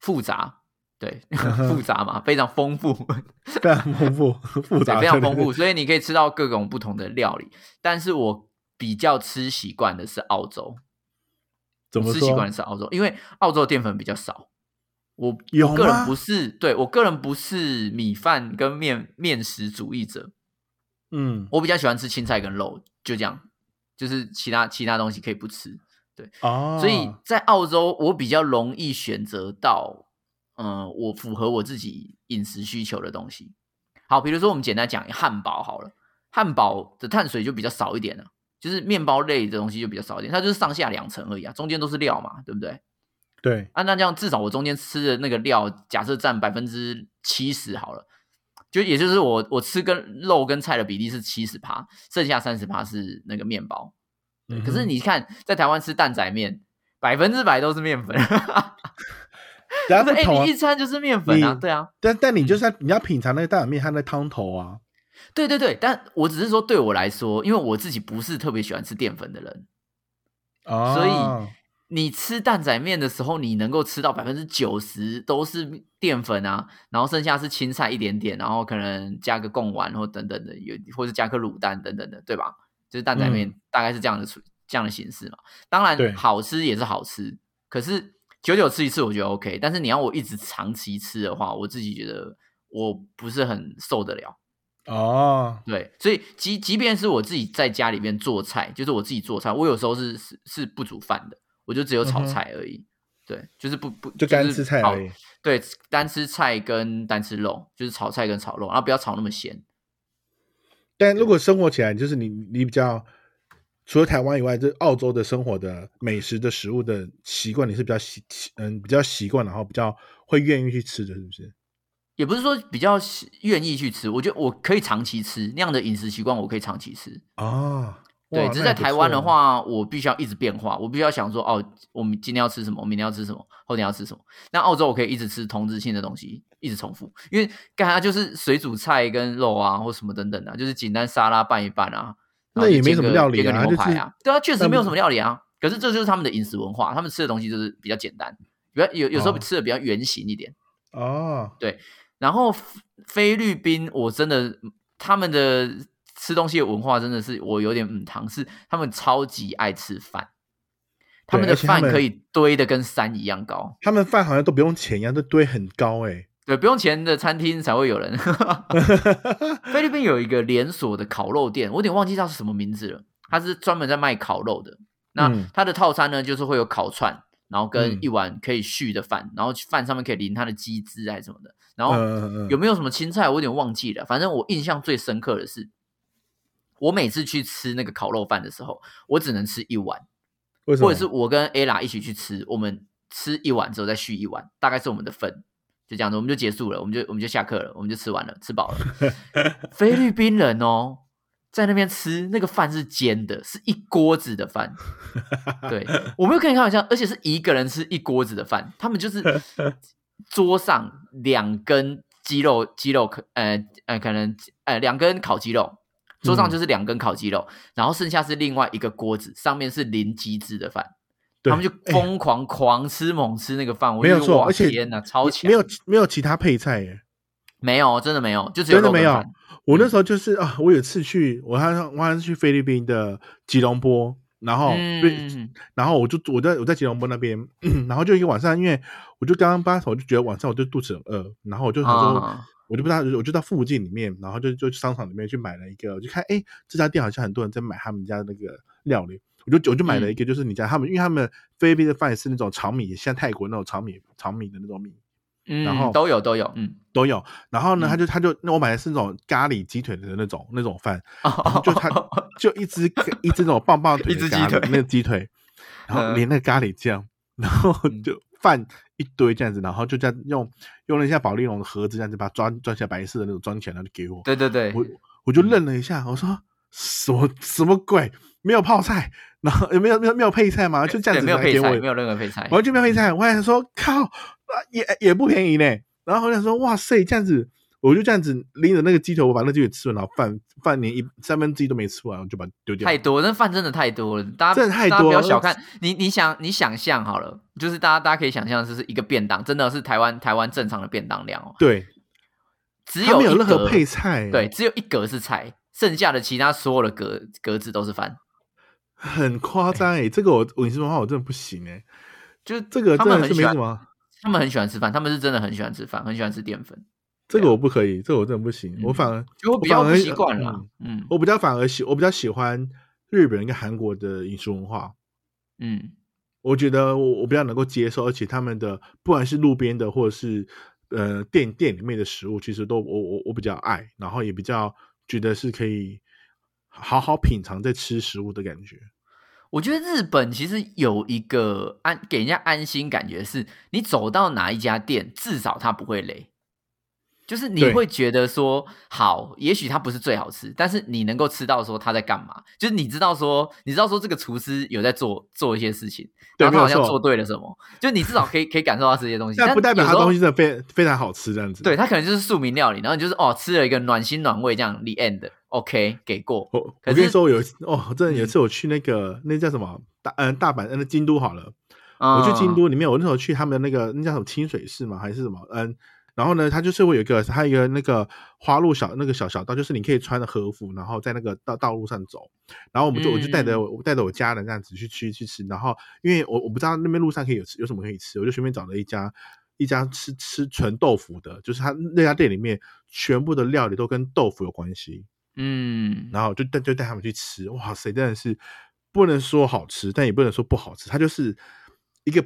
S2: 复杂， 对，复杂嘛，非常丰富，
S1: 非常 丰富复
S2: 对，
S1: 杂，
S2: 非常
S1: 真的
S2: 丰富，所以你可以吃到各种不同的料理。但是我比较吃习惯的是澳洲，
S1: 怎么
S2: 我吃习惯
S1: 说
S2: 的？是澳洲，因为澳洲的淀粉比较少。我
S1: 有
S2: 我个人
S1: 吗
S2: 不是对我个人不是米饭跟面面食主义者，
S1: 嗯，
S2: 我比较喜欢吃青菜跟肉，就这样，就是其他其他东西可以不吃。
S1: 哦，
S2: 所以在澳洲，我比较容易选择到，嗯、我符合我自己饮食需求的东西。好，比如说我们简单讲汉堡好了，汉堡的碳水就比较少一点了、就是面包类的东西就比较少一点，它就是上下两层而已啊，中间都是料嘛，对不对？
S1: 对，
S2: 啊，那这样至少我中间吃的那个料，假设占百分之七十好了，就也就是我我吃跟肉跟菜的比例是七十趴，剩下三十趴是那个面包。对，可是
S1: 嗯哼
S2: 你看在台湾吃蛋仔面，百分之百都是面粉，
S1: 然
S2: 不是
S1: 后不
S2: 哎、
S1: 同啊
S2: 你一餐就是面粉啊，
S1: 你
S2: 对啊，
S1: 但但你就是要你要品尝那个蛋仔面它那汤头啊，
S2: 对对对，但我只是说对我来说，因为我自己不是特别喜欢吃淀粉的人，
S1: 啊，
S2: 所以你吃蛋仔面的时候，你能够吃到百分之九十都是淀粉啊，然后剩下是青菜一点点，然后可能加个贡丸或等等的，有或是加颗卤蛋等等的，对吧？就是蛋仔面
S1: 嗯
S2: 大概是这样的处、这样的形式嘛。当
S1: 对
S2: 然好吃也是好吃，可是久久吃一次我觉得 OK，但是你要我一直长期吃的话，我自己觉得我不是很受得了。
S1: 哦，
S2: 对，所以即即便是我自己在家里面做菜，就是我自己做菜，我有时候是是是不煮饭的，我就只有
S1: 嗯
S2: 炒
S1: 哼
S2: 菜而已。对，就是不不
S1: 就干
S2: 是
S1: 吃菜
S2: 炒
S1: 而已。
S2: 对，单吃菜跟单吃肉，就是炒菜跟炒肉，然后不要炒那么咸。
S1: 但如果生活起来，就是你你比较除了台湾以外，就是澳洲的生活的美食的食物的习惯，你是比较习习嗯比较习惯，然后比较会愿意去吃的，是不是？
S2: 也不是说比较喜愿意去吃，我觉得我可以长期吃那样的饮食习惯，我可以长期吃。
S1: 啊，
S2: 对，
S1: 哇
S2: 只是
S1: 那
S2: 在
S1: 也不
S2: 台湾
S1: 错
S2: 的
S1: 哦
S2: 话，我必须要一直变化，我必须要想说，哦，我们今天要吃什么，我明天要吃什么，后天要吃什么。那澳洲我可以一直吃同质性的东西，一直重复，因为干它就是水煮菜跟肉啊，或什么等等的、就是简单沙拉拌一拌啊。然
S1: 那
S2: 后
S1: 也
S2: 就
S1: 没
S2: 煎
S1: 什么
S2: 个
S1: 料理
S2: 煎个
S1: 啊
S2: 牛
S1: 就
S2: 排
S1: 是
S2: 啊，对啊，确实
S1: 那
S2: 没有
S1: 不
S2: 什么料理啊。可是这就是他们的饮食文化，他们吃的东西就是比较简单，比较有有时候
S1: 哦
S2: 吃的比较圆形一点。
S1: 哦，
S2: 然后菲菲律宾，我真的他们的吃东西的文化真的是我有点嗯糖，是他们超级爱吃饭，他
S1: 对
S2: 们的
S1: 而且他
S2: 饭
S1: 们
S2: 可以堆的跟山一样高，
S1: 他们饭好像都不用钱一样，都堆很高哎、
S2: 对，不用钱的餐厅才会有人。 菲律宾有一个连锁的烤肉店，我有点忘记它是什么名字了，它是专门在卖烤肉的。那
S1: 嗯
S2: 它的套餐呢，就是会有烤串，然后
S1: 嗯
S2: 跟一碗可以续的饭，然后饭上面可以淋它的鸡汁啊还是什么的，然后
S1: 嗯嗯嗯
S2: 有没有什么青菜？我有点忘记了。反正我印象最深刻的是，我每次去吃那个烤肉饭的时候，我只能吃一碗，
S1: 为什么？
S2: 或者是我跟 Ella 一起去吃，我们吃一碗之后再续一碗，大概是我们的份。就这样子，我们就结束了，我们就我们就下课了，我们就吃完了，吃 饱了。菲律宾人哦，在那边吃那个饭是煎的，是一锅子的饭。 对，我没有跟你开玩笑，而且是一个人吃一锅子的饭，他们就是 桌上两根鸡肉，鸡肉可呃呃可能呃两根烤鸡肉，桌上
S1: 嗯
S2: 就是两根烤鸡肉，然后剩下是另外一个锅子，上面是淋鸡汁的饭。
S1: 对哎
S2: 他们就疯狂、狂吃猛吃那个饭，我
S1: 没有
S2: 就觉得
S1: 错，
S2: 哇
S1: 而且
S2: 天哪，超强！
S1: 没有没有其他配菜耶、
S2: 没有，真的没有，就只有
S1: 真的
S2: 肉跟
S1: 没有
S2: 饭。
S1: 我那时候就是啊，我有一次去，我好像我好像是去菲律宾的吉隆坡，然后、哦对，
S2: 嗯，
S1: 然后我就我在我在吉隆坡那边， 然后就一个晚上，因为我就刚刚搬头，我就觉得晚上我就肚子很饿，然后我就想说。
S2: 啊
S1: 我就不知道，我就到附近里面，然后就就去商场里面去买了一个，我就看哎、诶这家店好像很多人在买他们家的那个料理，我就我就买了一个，就是你家、他们，因为他们菲律宾的饭是那种炒米，像泰国那种炒米炒米的那种米
S2: 嗯，
S1: 然后
S2: 都有都有，嗯，
S1: 都有。然后呢，
S2: 嗯
S1: 他就他就那我买的是那种咖喱鸡腿的那种那种饭，
S2: 哦
S1: 就它就一只一只那种棒棒腿
S2: 一
S1: 的
S2: 只鸡
S1: 咖
S2: 腿
S1: 喱，那个鸡腿，然后
S2: 嗯
S1: 连那个咖喱酱，然后
S2: 嗯
S1: 就饭一堆这样子，然后就这样用用了一下保丽龙的盒子这样子把它装装起来，白色的那种装起来，然后就给我，
S2: 对嗯对对，
S1: 我我就愣了一下，我说什么什么鬼？没有泡菜，然后呃没有没有没有配菜吗？就这样
S2: 对
S1: 子
S2: 没有
S1: 拿
S2: 配
S1: 给
S2: 菜，
S1: 我
S2: 没有任何配菜，
S1: 完全没有配菜，我还想说靠，啊也也不便宜呢。然后我想说，哇塞，这样子，我就这样子拎着那个鸡腿，我把那鸡腿吃完，然后饭饭连一三分之一都没吃完，我就把它丢掉。
S2: 太多，那饭真的太多了，大家
S1: 真的太
S2: 大家不
S1: 多呃
S2: 要
S1: 了
S2: 小看你，你想你想象好了，就是大家大家可以想象，就是一个便当，真的是台湾台湾正常的便当量哦，
S1: 对，
S2: 只
S1: 它没有
S2: 一
S1: 任何
S2: 格
S1: 配，菜，
S2: 对，，只有一格是菜，剩下的其他所有的格格子都是饭，
S1: 很夸张哎、这个我我饮食文化我真的不行哎、
S2: 就是
S1: 这个
S2: 他
S1: 真
S2: 们
S1: 的
S2: 很
S1: 是没
S2: 喜欢
S1: 什，么，啊
S2: 他们很喜欢吃饭，他们是真的很喜欢吃饭，很喜欢吃淀粉，
S1: 这个我不可以，这个我真的不行，我
S2: 啊嗯
S1: 反而
S2: 就
S1: 我
S2: 比较
S1: 反
S2: 不
S1: 而
S2: 习惯了
S1: 嗯，
S2: 嗯
S1: 我比较反而喜我比较喜欢日本人跟韩国的饮食文化，
S2: 嗯。
S1: 我觉得我我比较能够接受，而且他们的不管是路边的或者是呃店店里面的食物，其实都我我我比较爱，然后也比较觉得是可以好好品尝在吃食物的感觉。
S2: 我觉得日本其实有一个安给人家安心感觉是，你走到哪一家店，至少它不会累。就是你
S1: 对
S2: 会觉得说，好，也许它不是最好吃，但是你能够吃到说它在干嘛，就是你知道说，你知道说这个厨师有在做做一些事情，
S1: 对
S2: 然后他好像
S1: 没有错
S2: 做对了什么，就你至少可以可以感受到这些东西，
S1: 但不代表
S2: 有
S1: 它
S2: 时候
S1: 东西真的非非常好吃这样子。
S2: 对，它可能就是庶民料理，然后你就是哦吃了一个暖心暖胃这样，the end，OK，、给过，
S1: 我我
S2: 可
S1: 跟你
S2: 是
S1: 说，我有一次哦，真的有
S2: 嗯
S1: 一次我去那个那叫什么大嗯、大阪嗯、那京都好了，
S2: 嗯、
S1: 我去京都里面，我那时候去他们那个那叫什么清水寺嘛，还是什么？嗯，然后呢，它就是会有一个，它有一个那个花路小那个小小道，就是你可以穿着和服，然后在那个道道路上走。然后我们就、我就带着我带着我家人这样子去去去吃，然后因为我我不知道那边路上可以有吃有什么可以吃，我就随便找了一家一家吃吃纯豆腐的，就是他那家店里面全部的料理都跟豆腐有关系。
S2: 嗯，
S1: 然后就带就带他们去吃，哇塞，真的是不能说好吃，但也不能说不好吃，它就是一个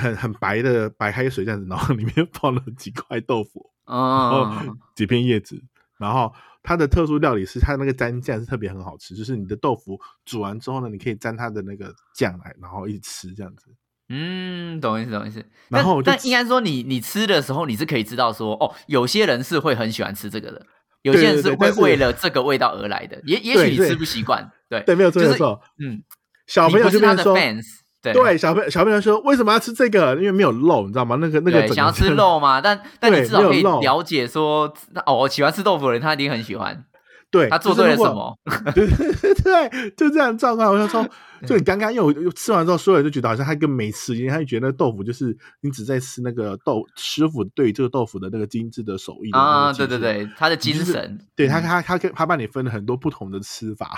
S1: 很很白的白开水这样子，然后里面 放了几块豆腐，然后
S2: 嗯，
S1: 几片叶子，然后它的特殊料理是它那个蘸酱是特别很好吃，就是你的豆腐煮完之后呢，你可以蘸它的那个酱来，然后一起吃这样子。
S2: 嗯，懂意思，懂意思。
S1: 然
S2: 但
S1: 后我就
S2: 但
S1: 吃
S2: 应该说你，你吃的时候，你是可以知道说，哦，有些人是会很喜欢吃这个的，有些人
S1: 对对
S2: 会
S1: 对但是
S2: 为了这个味道而来的。也也
S1: 对
S2: 许你
S1: 对
S2: 吃不习惯，对
S1: 对，没有错，
S2: 就
S1: 没有
S2: 是
S1: 错。
S2: 嗯，
S1: 小
S2: 你
S1: 朋友
S2: 不
S1: 就是变
S2: 他
S1: 成
S2: 的
S1: 说，
S2: fans，对啊
S1: 对，小朋友小朋友说为什么要吃这个？因为没有肉，你知道吗？那个那个
S2: 对
S1: 整
S2: 想要
S1: 个
S2: 吃肉嘛， 但但你
S1: 对
S2: 至少
S1: 没有
S2: 可以
S1: 肉
S2: 了解说，哦，我喜欢吃豆腐的人，他一定很喜欢，
S1: 对，
S2: 他做
S1: 就是
S2: 对了
S1: 如果
S2: 什么？
S1: 对对对，就这样状况。我就 说，就很尴尬，因为我我吃完之后，所有人就觉得好像他跟没吃一样，他就觉得豆腐就是你只在吃那个豆师傅对这个豆腐的那个精致的手艺的那
S2: 啊，
S1: 个
S2: 对对
S1: 技术，
S2: 对，他的精
S1: 就是
S2: 神，
S1: 对他
S2: 嗯
S1: 他他跟他帮你分了很多不同的吃法，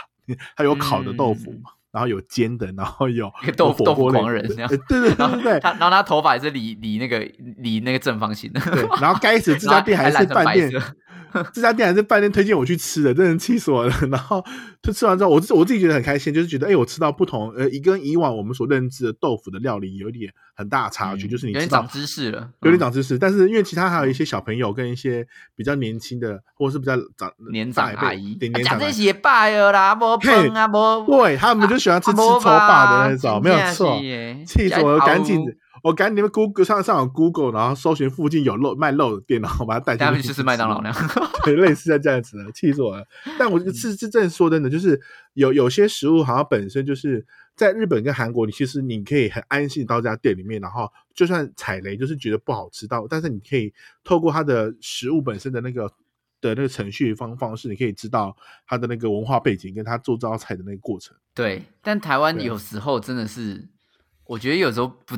S1: 他有烤的豆腐
S2: 嗯，
S1: 然后有煎的，然后 有
S2: 一个豆
S1: 有火
S2: 豆腐
S1: 锅类
S2: 狂人
S1: 对
S2: 这样
S1: 对对
S2: 然后
S1: 对对对。
S2: 他然后他头发也是理理那个理那个正方形的，
S1: 对，然后该死，这家店
S2: 然后还染
S1: 是
S2: 成
S1: 饭
S2: 白
S1: 店
S2: 色，
S1: 这家店还是饭店推荐我去吃的，真的气死我了。 然后就吃完之后，我自我自己觉得很开心，就是觉得哎、我吃到不同呃，一跟以往我们所认知的豆腐的料理有一点很大的差
S2: 嗯
S1: 距，就是你
S2: 有
S1: 知
S2: 点
S1: 道
S2: 长知识了，
S1: 有点
S2: 嗯
S1: 长知识，但是因为其他还有一些小朋友跟一些比较年轻的，或者是比较长
S2: 年长
S1: 大
S2: 阿姨
S1: 一辈对，
S2: 啊
S1: 年
S2: 讲
S1: 长的
S2: 这些拜了啦，无
S1: 嘿
S2: 崩啊，无
S1: 对他们就喜欢吃
S2: 啊
S1: 吃
S2: 无
S1: 抽霸
S2: 吧啊
S1: 的那种，
S2: 真
S1: 没有
S2: 正是
S1: 错。
S2: 耶
S1: 气
S2: 这
S1: 死我了！
S2: 头
S1: 赶紧，我赶紧 Google 上上网 Google，然后搜寻附近有肉卖肉的店，然后把它带进
S2: 他
S1: 去。
S2: 们就是麦当劳那，样，
S1: 对，类似像这样子的，气死我了！但我
S2: 嗯
S1: 是是真的说真的，就是有有些食物好像本身就是在日本跟韩国，你其实你可以很安心到这家店里面，然后就算踩雷，就是觉得不好吃到，但是你可以透过它的食物本身的那个。的那个程序方方式，你可以知道它的那个文化背景跟它做这道菜的那个过程。
S2: 对。但台湾
S1: 对
S2: 有时候真的是，我觉得有时候不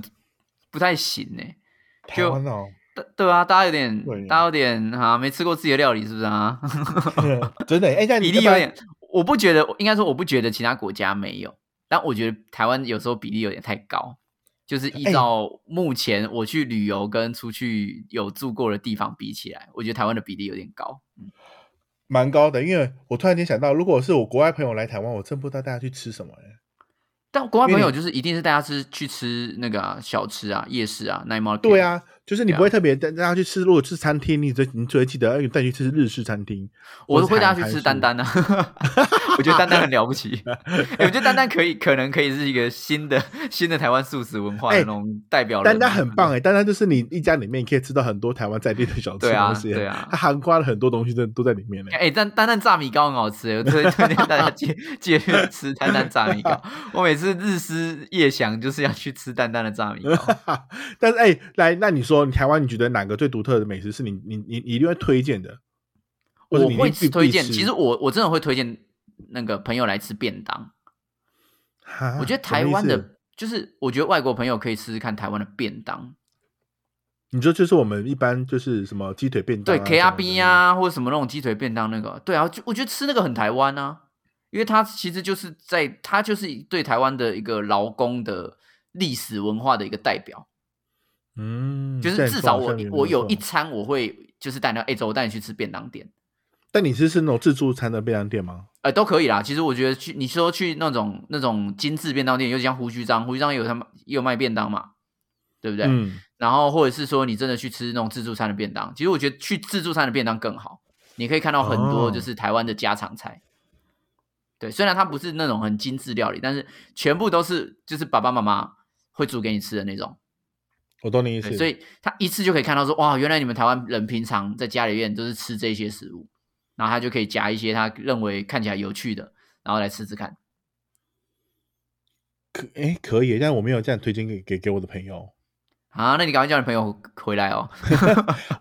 S2: 不太行呢。
S1: 台
S2: 就
S1: 湾哦，
S2: 对对啊，大家有点
S1: 对，
S2: 大家有点啊，没吃过自己的料理是不是啊？
S1: 真的，哎，那
S2: 比
S1: 你
S2: 例
S1: 要
S2: 有
S1: 不然
S2: 点，我不觉得，应该说我不觉得其他国家没有，但我觉得台湾有时候比例有点太高。就是依
S1: 哎
S2: 照目前我去旅游跟出去有住过的地方比起来，我觉得台湾的比例有点高。
S1: 蛮高的，因为我突然间想到，如果是我国外朋友来台湾，我真不知道大家去吃什么哎。
S2: 但国外
S1: 因为
S2: 朋友
S1: 你
S2: 就是一定是带他吃去吃那个啊、小吃啊、夜市啊、night market。
S1: 对，啊，就是你
S2: 对啊
S1: 不会特别带大家去吃，如果吃餐厅，你只你只会记得，哎，带去吃日式餐厅。
S2: 我
S1: 或
S2: 都
S1: 是
S2: 会带他
S1: 韩
S2: 去
S1: 韩
S2: 吃
S1: 式
S2: 丹丹啊。我觉得丹丹很了不起， 哎我觉得丹丹可以，可能可以是一个新的新的台湾素食文化的
S1: 哎
S2: 那种代表人。啊
S1: 丹丹很棒哎、丹丹就是你一家里面可以吃到很多台湾在地的小吃
S2: 对啊
S1: 东西欸，
S2: 对啊
S1: 它涵盖了很多东西，真的都在里面呢、欸
S2: 哎、丹丹丹炸米糕很好吃欸，我推推荐大家借借去吃丹丹炸米糕。 我每次日思夜想，就是要去吃丹丹的炸米糕。
S1: 但是哎、来，那你说你台湾，你觉得哪个最独特的美食是你你你你一定会推荐的？或者
S2: 我
S1: 你一
S2: 会
S1: 定必
S2: 推荐，
S1: 必吃
S2: 其实我我真的会推荐那个朋友来吃便当。
S1: 哈
S2: 我觉得
S1: 啊什么
S2: 台
S1: 意
S2: 湾
S1: 思
S2: 的，就是我觉得外国朋友可以试试看台湾的便当，
S1: 你说就是我们一般就是什么鸡腿便当、
S2: 对
S1: 啊，
S2: K R B
S1: 呀、
S2: 啊，或者什么那种鸡腿便当那个，对啊，就我觉得吃那个很台湾啊，因为它其实就是在它就是对台湾的一个劳工的历史文化的一个代表。
S1: 嗯，
S2: 就
S1: 这
S2: 是
S1: 样
S2: 至
S1: 说
S2: 少
S1: 好
S2: 我
S1: 像也没
S2: 我有
S1: 错
S2: 一餐我会就是带你到哎走，我带你去吃便当店，
S1: 但你是是那种自助餐的便当店吗？
S2: 呃都可以啦。其实我觉得去你说去那种那种精致便当店，尤其像胡须章，胡须章也有他们也有卖便当嘛，对不对？
S1: 嗯，
S2: 然后或者是说你真的去吃那种自助餐的便当，其实我觉得去自助餐的便当更好，你可以看到很多
S1: 哦
S2: 就是台湾的家常菜。对，虽然它不是那种很精致料理，但是全部都是就是爸爸妈妈会煮给你吃的那种。
S1: 我懂你意思
S2: 对，。所以他一次就可以看到说，哇，原来你们台湾人平常在家里面都是吃这些食物，然后他就可以夹一些他认为看起来有趣的，然后来吃吃看。
S1: 可哎可以，但我没有这样推荐给给给我的朋友。
S2: 啊，那你赶快叫你朋友回来哦。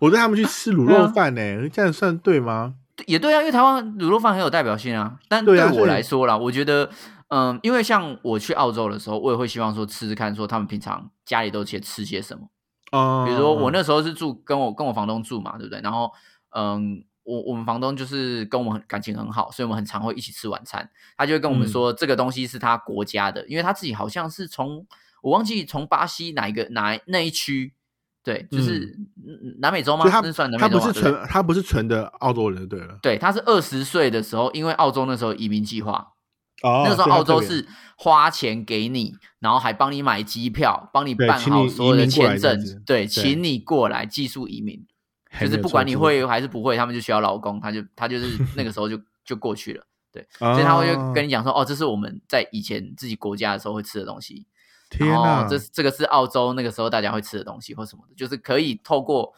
S1: 我带他们去吃卤
S2: 对
S1: 肉
S2: 啊
S1: 饭呢、这样算对吗？
S2: 也对啊，因为台湾卤肉饭很有代表性啊。但
S1: 对
S2: 对
S1: 啊所
S2: 我
S1: 以
S2: 来说啦，我觉得，嗯，因为像我去澳洲的时候，我也会希望说吃吃看，说他们平常家里都些吃些什么。
S1: 哦、
S2: 比如说我那时候是住跟我跟我房东住嘛，对不对？然后嗯，我我们房东就是跟我们很感情很好，所以我们很常会一起吃晚餐。他就会跟
S1: 嗯
S2: 我们说、这个东西是他国家的，因为他自己好像是从我忘记从巴西哪一个哪那一区，对，就是南美洲吗？
S1: 嗯所以他
S2: 那算南
S1: 他
S2: 美洲
S1: 不
S2: 吧
S1: 是
S2: 对不对
S1: 纯他不是纯的澳洲人，对了。
S2: 对，他是二十岁的时候，因为澳洲那时候移民计划，
S1: 哦
S2: 那时候
S1: 所以他
S2: 澳洲
S1: 特别
S2: 是花钱给你，然后还帮你买机票，帮你
S1: 对
S2: 办
S1: 请
S2: 好
S1: 你
S2: 所
S1: 移
S2: 有的
S1: 民过来
S2: 签
S1: 这样
S2: 证
S1: 子，
S2: 对，
S1: 对
S2: 请你过来技术移民，就
S1: 还没
S2: 是
S1: 有
S2: 不管
S1: 错
S2: 你
S1: 是
S2: 会还是不会，他们就需要劳工，他就他就是那个时候就就过去了，
S1: 所
S2: 所以他会就跟你讲说，哦，这是我们在以前自己国家的时候会吃的东西，
S1: 天
S2: 然
S1: 哪
S2: 后，哦这是这个是澳洲那个时候大家会吃的东西或什么的，就是可以透过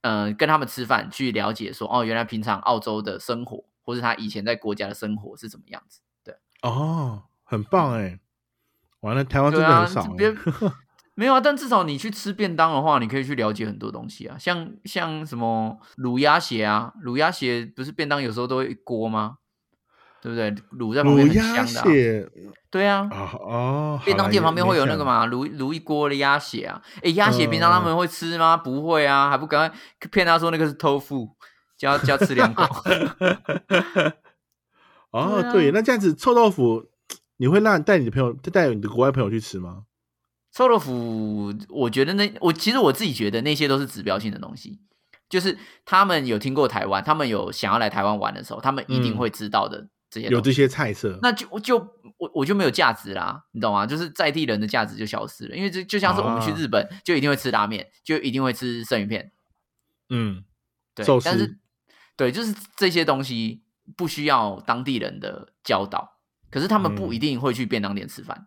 S2: 呃跟他们吃饭去了解说，哦，原来平常澳洲的生活，或是他以前在国家的生活是怎么样子。
S1: 哦，很棒哎、完了，台湾真
S2: 对
S1: 的
S2: 啊，
S1: 很少、
S2: 这
S1: 欸
S2: 别没有啊，但至少你去吃便当的话，你可以去了解很多东西啊，像像什么卤鸭血啊，卤鸭血不是便当有时候都会一锅吗？对不对？卤 在旁边
S1: 哎卤
S2: 很
S1: 鸭
S2: 香的、啊，
S1: 血
S2: 对啊。
S1: 啊哦，
S2: 便
S1: 好
S2: 当
S1: 啦
S2: 店
S1: 也
S2: 旁边
S1: 勉
S2: 会有那个
S1: 强？
S2: 嘛，卤卤一锅的鸭血啊。诶，鸭
S1: 嗯
S2: 血平常他们会吃吗？不会啊，还不赶快骗他说那个是偷富，叫他叫他吃两口。
S1: 哦，
S2: 对啊
S1: 对，那这样子臭豆腐，你会让带你的朋友，带你的国外朋友去吃吗？
S2: 臭豆腐，我觉得那我其实我自己觉得那些都是指标性的东西，就是他们有听过台湾，他们有想要来台湾玩的时候，他们一定
S1: 嗯
S2: 会知道的这些
S1: 有
S2: 东西。
S1: 这些菜色，
S2: 那就就我我就没有价值啦，你懂吗？就是在地人的价值就消失了，因为这就像是我们去
S1: 啊
S2: 日本，就一定会吃拉面，就一定会吃生鱼片，
S1: 嗯，
S2: 对，
S1: 寿
S2: 但
S1: 司
S2: 是对，就是这些东西不需要当地人的教导，可是他们不一
S1: 嗯
S2: 定会去便当店吃饭，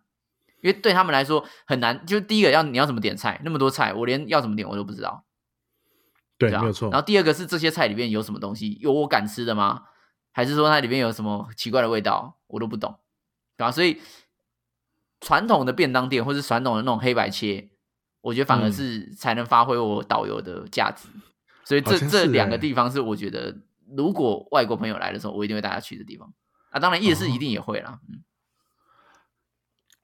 S2: 因为对他们来说很难。就是第一个要你要怎么点菜，那么多菜，我连要怎么点我都不知道，
S1: 对，
S2: 对啊
S1: 没有错
S2: 然。后第二个是这些菜里面有什么东西，有我敢吃的吗？还是说它里面有什么奇怪的味道，我都不懂，对啊，所以传统的便当店或是传统的那种黑白切，我觉得反而
S1: 嗯
S2: 是才能发挥我导游的价值。所以
S1: 好
S2: 这
S1: 像
S2: 这
S1: 是
S2: 两
S1: 欸
S2: 个地方是我觉得，如果外国朋友来的时候，我一定会带他去的地方。啊，当然夜市
S1: 哦
S2: 一定也会啦。嗯，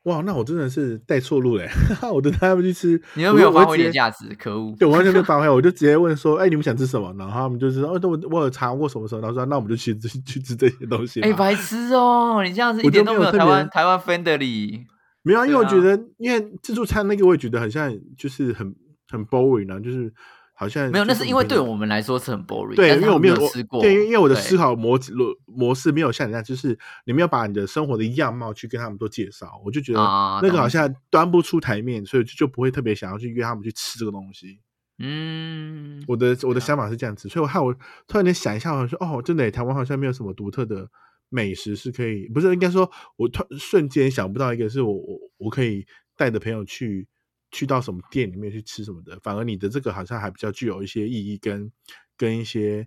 S1: 哇，那我真的是带错路嘞！ 我都带他们去吃，
S2: 你又
S1: 我
S2: 没有
S1: 我会
S2: 发挥
S1: 直
S2: 你的
S1: 接
S2: 价值，可恶！
S1: 对，我 完全没有发挥，我就直接问说：“哎、你们想吃什么？”然后他们就说：“哦，那我我有查过什么什么。”然后说：“那我们就去去去吃这些东西。”
S2: 哎、白痴哦、你这样子一
S1: 我就
S2: 点都
S1: 没
S2: 没有
S1: 有特
S2: 台湾
S1: 别
S2: 台湾 Fender 里。
S1: 没有啊，因
S2: 对
S1: 为我
S2: 啊
S1: 觉得，因为自助餐那个，我也觉得很像，就是很很 boring 啊，就是好像
S2: 没有，那
S1: 就是
S2: 因为对
S1: 平常
S2: 我们来说是很 boring，
S1: 对，
S2: 但
S1: 因
S2: 是
S1: 为
S2: 他
S1: 我
S2: 们没
S1: 没有
S2: 有
S1: 我
S2: 吃过，
S1: 对，因为我的思
S2: 考，
S1: 考模模模式没有像人家，就是你没有把你的生活的样貌去跟他们做介绍，我就觉得
S2: 啊
S1: 那个
S2: 懂
S1: 好
S2: 意思
S1: 像端不出台面，所以就就不会特别想要去约他们去吃这个东西。
S2: 嗯，
S1: 我的我的
S2: 对啊
S1: 想法是这样子，所以我害我突然间想一下，我说哦，真的耶，台湾好像没有什么独特的美食是可以，不是应该说，我突瞬间想不到一个是我我我可以带着朋友去去到什么店里面去吃什么的，反而你的这个好像还比较具有一些意义跟跟一些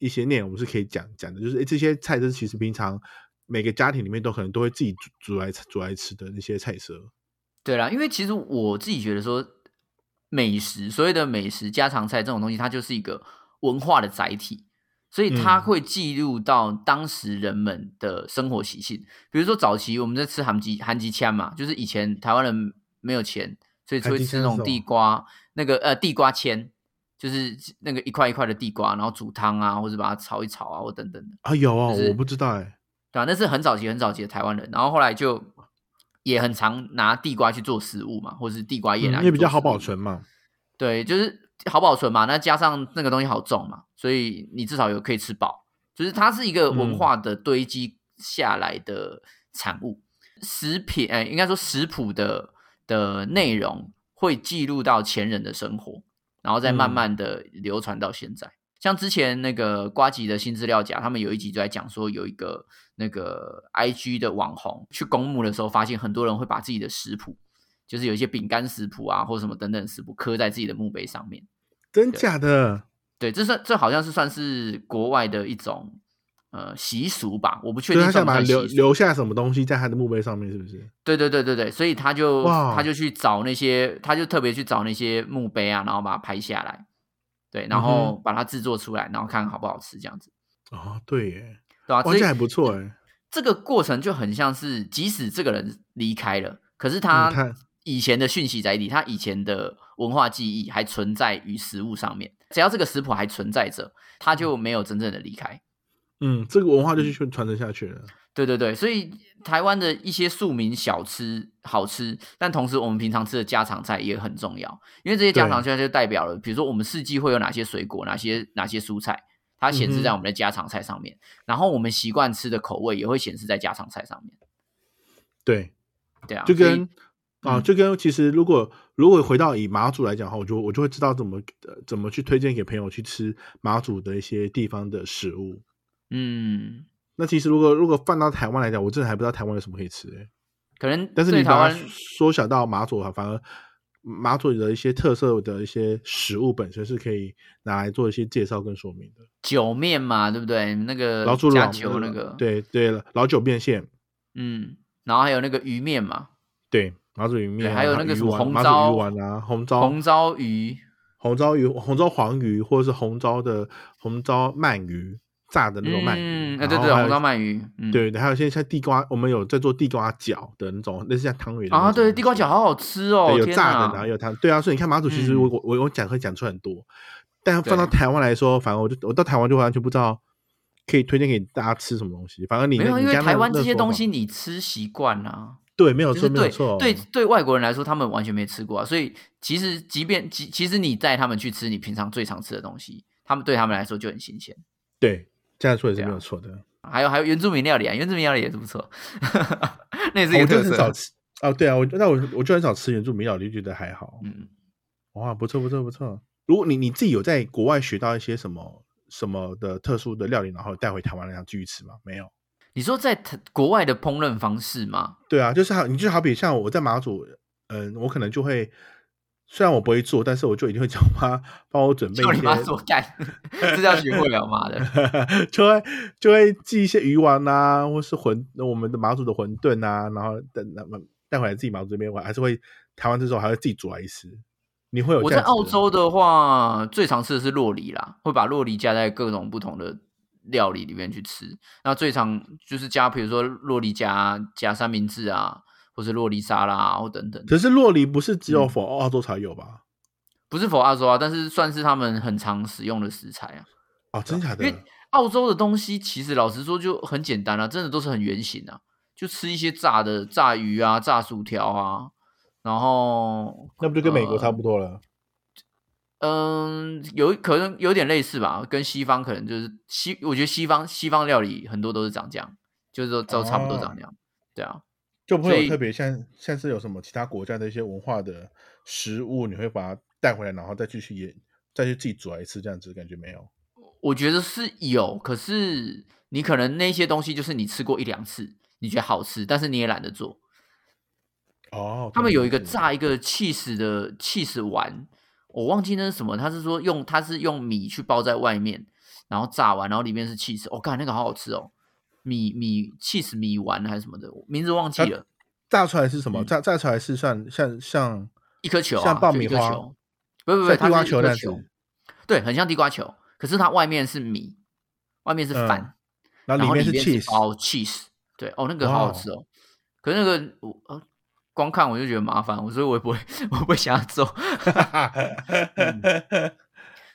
S1: 一些内容是可以讲讲的，就是诶这些菜都是其实平常每个家庭里面都可能都会自己煮煮来煮来吃的那些菜色，
S2: 对啦，因为其实我自己觉得说，美食所谓的美食家常菜这种东西，它就是一个文化的载体，所以它
S1: 嗯
S2: 会记录到当时人们的生活习性。比如说早期我们在吃韩吉韩吉枪嘛，就是以前台湾人没有钱，所以就
S1: 韩
S2: 会
S1: 吉
S2: 吃
S1: 签
S2: 那
S1: 是
S2: 种
S1: 什
S2: 地
S1: 么
S2: 瓜，那个呃地瓜签，就是那个一块一块的地瓜，然后煮汤啊，或者把它炒一炒啊，或等等的。
S1: 啊有哦，
S2: 就是
S1: 我不知道哎、
S2: 对啊，那是很早期很早期的台湾人，然后后来就也很常拿地瓜去做食物嘛，或是地瓜叶
S1: 嗯
S2: 拿、
S1: 因为比较好保存。嘛，
S2: 对，就是好保存嘛，那加上那个东西好种嘛，所以你至少有可以吃饱，就是它是一个
S1: 嗯
S2: 文化的堆积下来的产物。食品，哎、应该说食谱的的内容会记录到前人的生活，然后再慢
S1: 嗯
S2: 慢的流传到现在。像之前那个瓜吉的新资料夹，他们有一集就在讲说，有一个那个 I G 的网红去公墓的时候，发现很多人会把自己的食谱就是有一些饼干食谱啊，或者什么等等食谱刻在自己的墓碑上面。
S1: 真假的？
S2: 对，这算这好像是算是国外的一种呃习俗吧，我不确
S1: 所以
S2: 定
S1: 他
S2: 算
S1: 想
S2: 不
S1: 把
S2: 算
S1: 它
S2: 习
S1: 留
S2: 俗
S1: 留下什么东西在他的墓碑上面，是不是？
S2: 对对对对对，所以他就
S1: 哇哦
S2: 他就去找那些，他就特别去找那些墓碑啊，然后把它拍下来，对，然
S1: 嗯
S2: 后把它制作出来，然后看好不好吃这样子，
S1: 哦，对耶，
S2: 对啊，
S1: 哇，
S2: 所以
S1: 这还不错哎。
S2: 这个过程就很像是，即使这个人离开了，可是他
S1: 嗯他
S2: 以前的讯息载体，他以前的文化记忆还存在于食物上面。只要这个食谱还存在着，他就没有真正的离开。
S1: 嗯，这个文化就继续传承下去了。
S2: 对对对，所以台湾的一些庶民小吃好吃，但同时我们平常吃的家常菜也很重要，因为这些家常菜就代表了，比如说我们四季会有哪些水果，哪些哪些蔬菜，它显示在
S1: 嗯
S2: 我
S1: 哼
S2: 们的家常菜上面，然后我们习惯吃的口味也会显示在家常菜上面。
S1: 对，
S2: 对啊，
S1: 就
S2: 所以
S1: 跟啊，
S2: 嗯
S1: 就跟其实如果如果回到以马祖来讲的话，我就我就会知道怎么、呃怎么去推荐给朋友去吃马祖的一些地方的食物。
S2: 嗯，
S1: 那其实如果如果放到台湾来讲，我真的还不知道台湾有什么可以吃、欸。
S2: 可能
S1: 但是你
S2: 对台
S1: 把它
S2: 湾
S1: 缩小到马祖，反而马祖的一些特色的一些食物本身是可以拿来做一些介绍跟说明的。
S2: 酒面嘛，对不对？那个
S1: 老祖
S2: 加
S1: 老呃
S2: 酒呃那个，，
S1: 对对了，老酒变现，
S2: 嗯，然后还有那个鱼面嘛，
S1: 对马祖鱼面
S2: 对
S1: 啊，
S2: 还有
S1: 然后
S2: 那个
S1: 鱼
S2: 什么
S1: 丸
S2: 红
S1: 马祖
S2: 糟
S1: 鱼丸啊，红糟
S2: 红糟鱼，
S1: 红糟鱼、红糟黄鱼，或者是红糟的红糟鳗鱼，炸的那种鳗鱼。
S2: 嗯，啊
S1: 然
S2: 对
S1: 后
S2: 对，
S1: 还
S2: 红
S1: 有
S2: 烧鳗鱼，嗯，
S1: 对，还有现在像地瓜，我们有在做地瓜饺的那种，类似像汤圆的那
S2: 啊，
S1: 种
S2: 对，
S1: 东
S2: 地瓜
S1: 西
S2: 饺好好吃哦，
S1: 对，有
S2: 天
S1: 炸的，
S2: 哪
S1: 然后有汤。对啊，所以你看马祖其实
S2: 嗯
S1: 我、我我讲会讲出很多，但放到
S2: 对
S1: 台湾来说，反正我就我到台湾就完全不知道可以推荐给大家吃什么东西。反正你
S2: 没
S1: 那
S2: 有，
S1: 你
S2: 因为
S1: 家那
S2: 台
S1: 个
S2: 湾
S1: 那
S2: 这
S1: 个
S2: 些
S1: 说
S2: 东
S1: 法
S2: 西你吃习惯啦。
S1: 对，没有
S2: 就
S1: 错，
S2: 是
S1: 没有
S2: 对
S1: 错，哦
S2: 对对外国人来说，他们完全没吃过啊，所以其实即便其其实你带他们去吃你平常最常吃的东西，他们对他们来说就很新鲜。
S1: 对，这样说也是
S2: 对啊
S1: 没有错的。
S2: 还有还有原住民料理啊，原住民料理也是不错， 那也是一
S1: 哦
S2: 个
S1: 我就
S2: 特
S1: 很少
S2: 色。
S1: 吃哦，对啊，我那我我就很少吃原住民料理，就觉得还好。
S2: 嗯，
S1: 哇，不错不错不错。如果你你自己有在国外学到一些什么什么的特殊的料理，然后带回台湾来想继续吃吗？没有。
S2: 你说在台国外的烹饪方式吗？
S1: 对啊，就是好，你就好比像我在马祖，嗯，我可能就会，虽然我不会做，但是我就一定会叫我妈帮我准备
S2: 叫
S1: 一
S2: 你
S1: 些，
S2: 妈做干， 这叫学会了妈的。
S1: 就会就会寄一些鱼丸啊，或是馄我们的马祖的馄饨啊，然后带带回来自己马祖这边玩，还是会台湾这时候还会自己煮来吃。你会有
S2: 我
S1: 这
S2: 在
S1: 样子
S2: 澳
S1: 的
S2: 洲的话，最常吃的是洛梨啦，会把洛梨加在各种不同的料理里面去吃。那最常就是加，比如说洛梨加加三明治啊，或是洛梨沙拉啊，或等等。
S1: 可是洛梨不是只有
S2: 嗯
S1: 否澳洲才有吧？
S2: 不是否澳洲啊，但是算是他们很常使用的食材啊。
S1: 哦，真假的？
S2: 因为澳洲的东西其实老实说就很简单啊，真的都是很原形啊，就吃一些炸的炸鱼啊、炸薯条啊，然后
S1: 那不就跟美
S2: 呃
S1: 国差不多了？
S2: 嗯，有可能有点类似吧，跟西方可能就是西，我觉得西方西方料理很多都是长这样，就是说都差不多长这样，对啊，
S1: 就不
S2: 所
S1: 会
S2: 以
S1: 有特别像像是有什么其他国家的一些文化的食物，你会把它带回来，然后再继续也再去自己煮来吃，这样子感觉没有。
S2: 我觉得是有，可是你可能那些东西就是你吃过一两次，你觉得好吃，但是你也懒得做，
S1: 哦，
S2: 他们有一个
S1: 懂
S2: 炸一个 cheese 的 cheese 丸，我忘记那是什么，他是说用他是用米去包在外面，然后炸完，然后里面是 cheese，我、哦、看那个好好吃哦，米米 cheese 米丸还是什么的，我名字忘记了，
S1: 炸出来是什么？
S2: 嗯
S1: 炸炸出来是像像像
S2: 一颗球、啊，
S1: 像爆
S2: 就
S1: 米
S2: 一颗
S1: 花
S2: 球，不不不，
S1: 像
S2: 它
S1: 地瓜
S2: 是一
S1: 球那
S2: 颗
S1: 样子，
S2: 球，对，很像地瓜球，可是它外面是米，外面是
S1: 嗯
S2: 饭，
S1: 然
S2: 然
S1: 后里
S2: 后
S1: 面
S2: 里
S1: 是
S2: 面是
S1: cheese。
S2: 包 cheese，对，哦，那个好好吃哦。可是那个我呃光看我就觉得麻烦，我所以我也不会， 我不会想要做。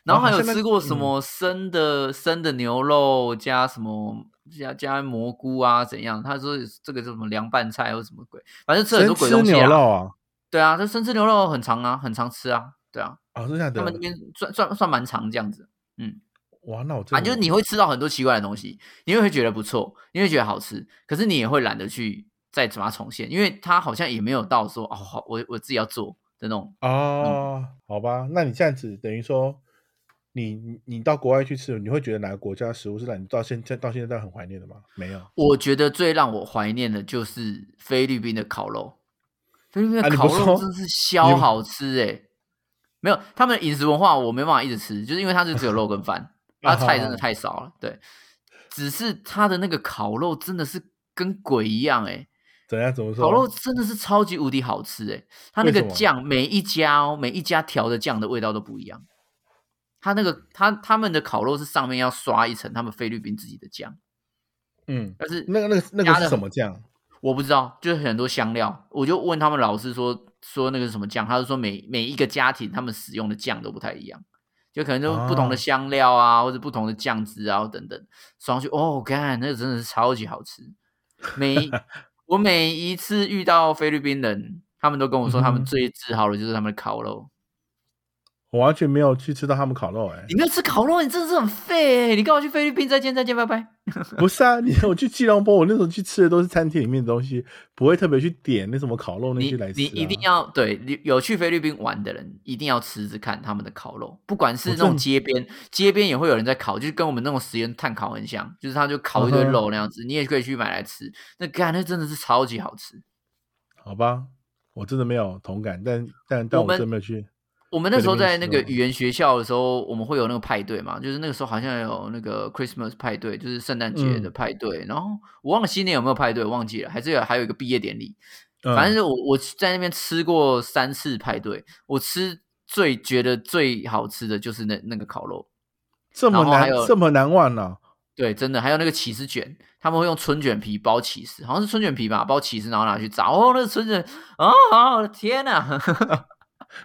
S2: 然后还有
S1: 像那
S2: 吃过什么生的、生的牛肉加什么加加蘑菇啊，怎样？他说这个叫什么凉拌菜或什么鬼，反 正吃了很
S1: 生
S2: 多鬼
S1: 吃
S2: 东西
S1: 牛
S2: 啊。
S1: 肉啊？
S2: 对啊，这生吃牛肉很常啊，很常吃啊，对啊，
S1: 哦，是这样
S2: 他
S1: 的
S2: 们。那边算算算蛮常这样子。
S1: 哇，那我真
S2: 反正
S1: 的
S2: 就是你会吃到很多奇怪的东西，你会觉得不错，你会觉得好吃，可是你也会懒得去再把它重现，因为它好像也没有到说哦，好我我自己要做的那种。
S1: 哦，好吧，那你这样子等于说，你你你到国外去吃，你会觉得哪个国家食物是让你到现在到现在很怀念的吗？没有，
S2: 我觉得最让我怀念的就是菲律宾的烤肉，菲律宾
S1: 啊
S2: 的
S1: 你
S2: 烤
S1: 不
S2: 肉
S1: 说
S2: 真是
S1: 你
S2: 消
S1: 不
S2: 好吃哎、没有他们的饮食文化我没办法一直吃，就是因为它就只有肉跟 饭，它
S1: 啊
S2: 菜真的太少了。对，只是它的那个烤肉真的是跟鬼一样哎、
S1: 怎样怎么说？
S2: 烤肉真的是超级无敌好吃哎、它那
S1: 啊为
S2: 个
S1: 什么
S2: 酱每一家哦，每一家调的酱的味道都不一样。它那个它他们的烤肉是上面要刷一层他们菲律宾自己的酱，
S1: 嗯，
S2: 但是
S1: 那个那个那
S2: 加
S1: 个
S2: 的
S1: 是什么酱？
S2: 我不知道，就是很多香料，我就问他们老师说说那个是什么酱，他就说每每一个家庭他们使用的酱都不太一样，就可能就不同的
S1: 哦
S2: 香料啊，或者不同的酱汁啊等等，双去哦，干那个真的是超级好吃。 每我每一次遇到菲律宾人，他们都跟我说，他
S1: 嗯
S2: 们
S1: 哼
S2: 最自豪的就是他们的烤肉。
S1: 我完全没有去吃到他们烤肉、欸，哎
S2: 你，没有吃烤肉，你真的是很废、欸。你干嘛去菲律宾？再见，再见，拜拜。
S1: 不是啊，你我去吉隆坡，我那时候去吃的都是餐厅里面的东西，不会特别去点那什么烤肉那
S2: 你
S1: 些来吃、啊
S2: 你一定要对你有去菲律宾玩的人，一定要吃吃看他们的烤肉，不管是
S1: 我
S2: 那种
S1: 正
S2: 街边，街边也会有人在烤，就是跟我们那种实验炭烤很像，就是他就烤一堆
S1: 嗯哼
S2: 肉那样子，你也可以去买来吃。那干，那真的是超级好吃。
S1: 好吧？我真的没有同感，但但但
S2: 我
S1: 我
S2: 们
S1: 真的没有去。
S2: 我们那时候在那个
S1: 菲律宾吃肉哦
S2: 语言学校的时候，我们会有那个派对嘛，就是那个时候好像有那个 Christmas 派对，就是圣诞节的
S1: 嗯
S2: 派对。然后我忘了新年有没有派对，忘记了，还是有还有一个毕业典礼。
S1: 嗯
S2: 反正是我我在那边吃过三次派对，我吃最觉得最好吃的就是那那个烤肉，
S1: 这么
S2: 然后还
S1: 难
S2: 有
S1: 这么难忘哦呢、
S2: 对，真的，还有那个起司卷，他们会用春卷皮包起司，好像是春卷皮吧，包起司然后拿去炸，哦，那个春卷，哦，我的天哪、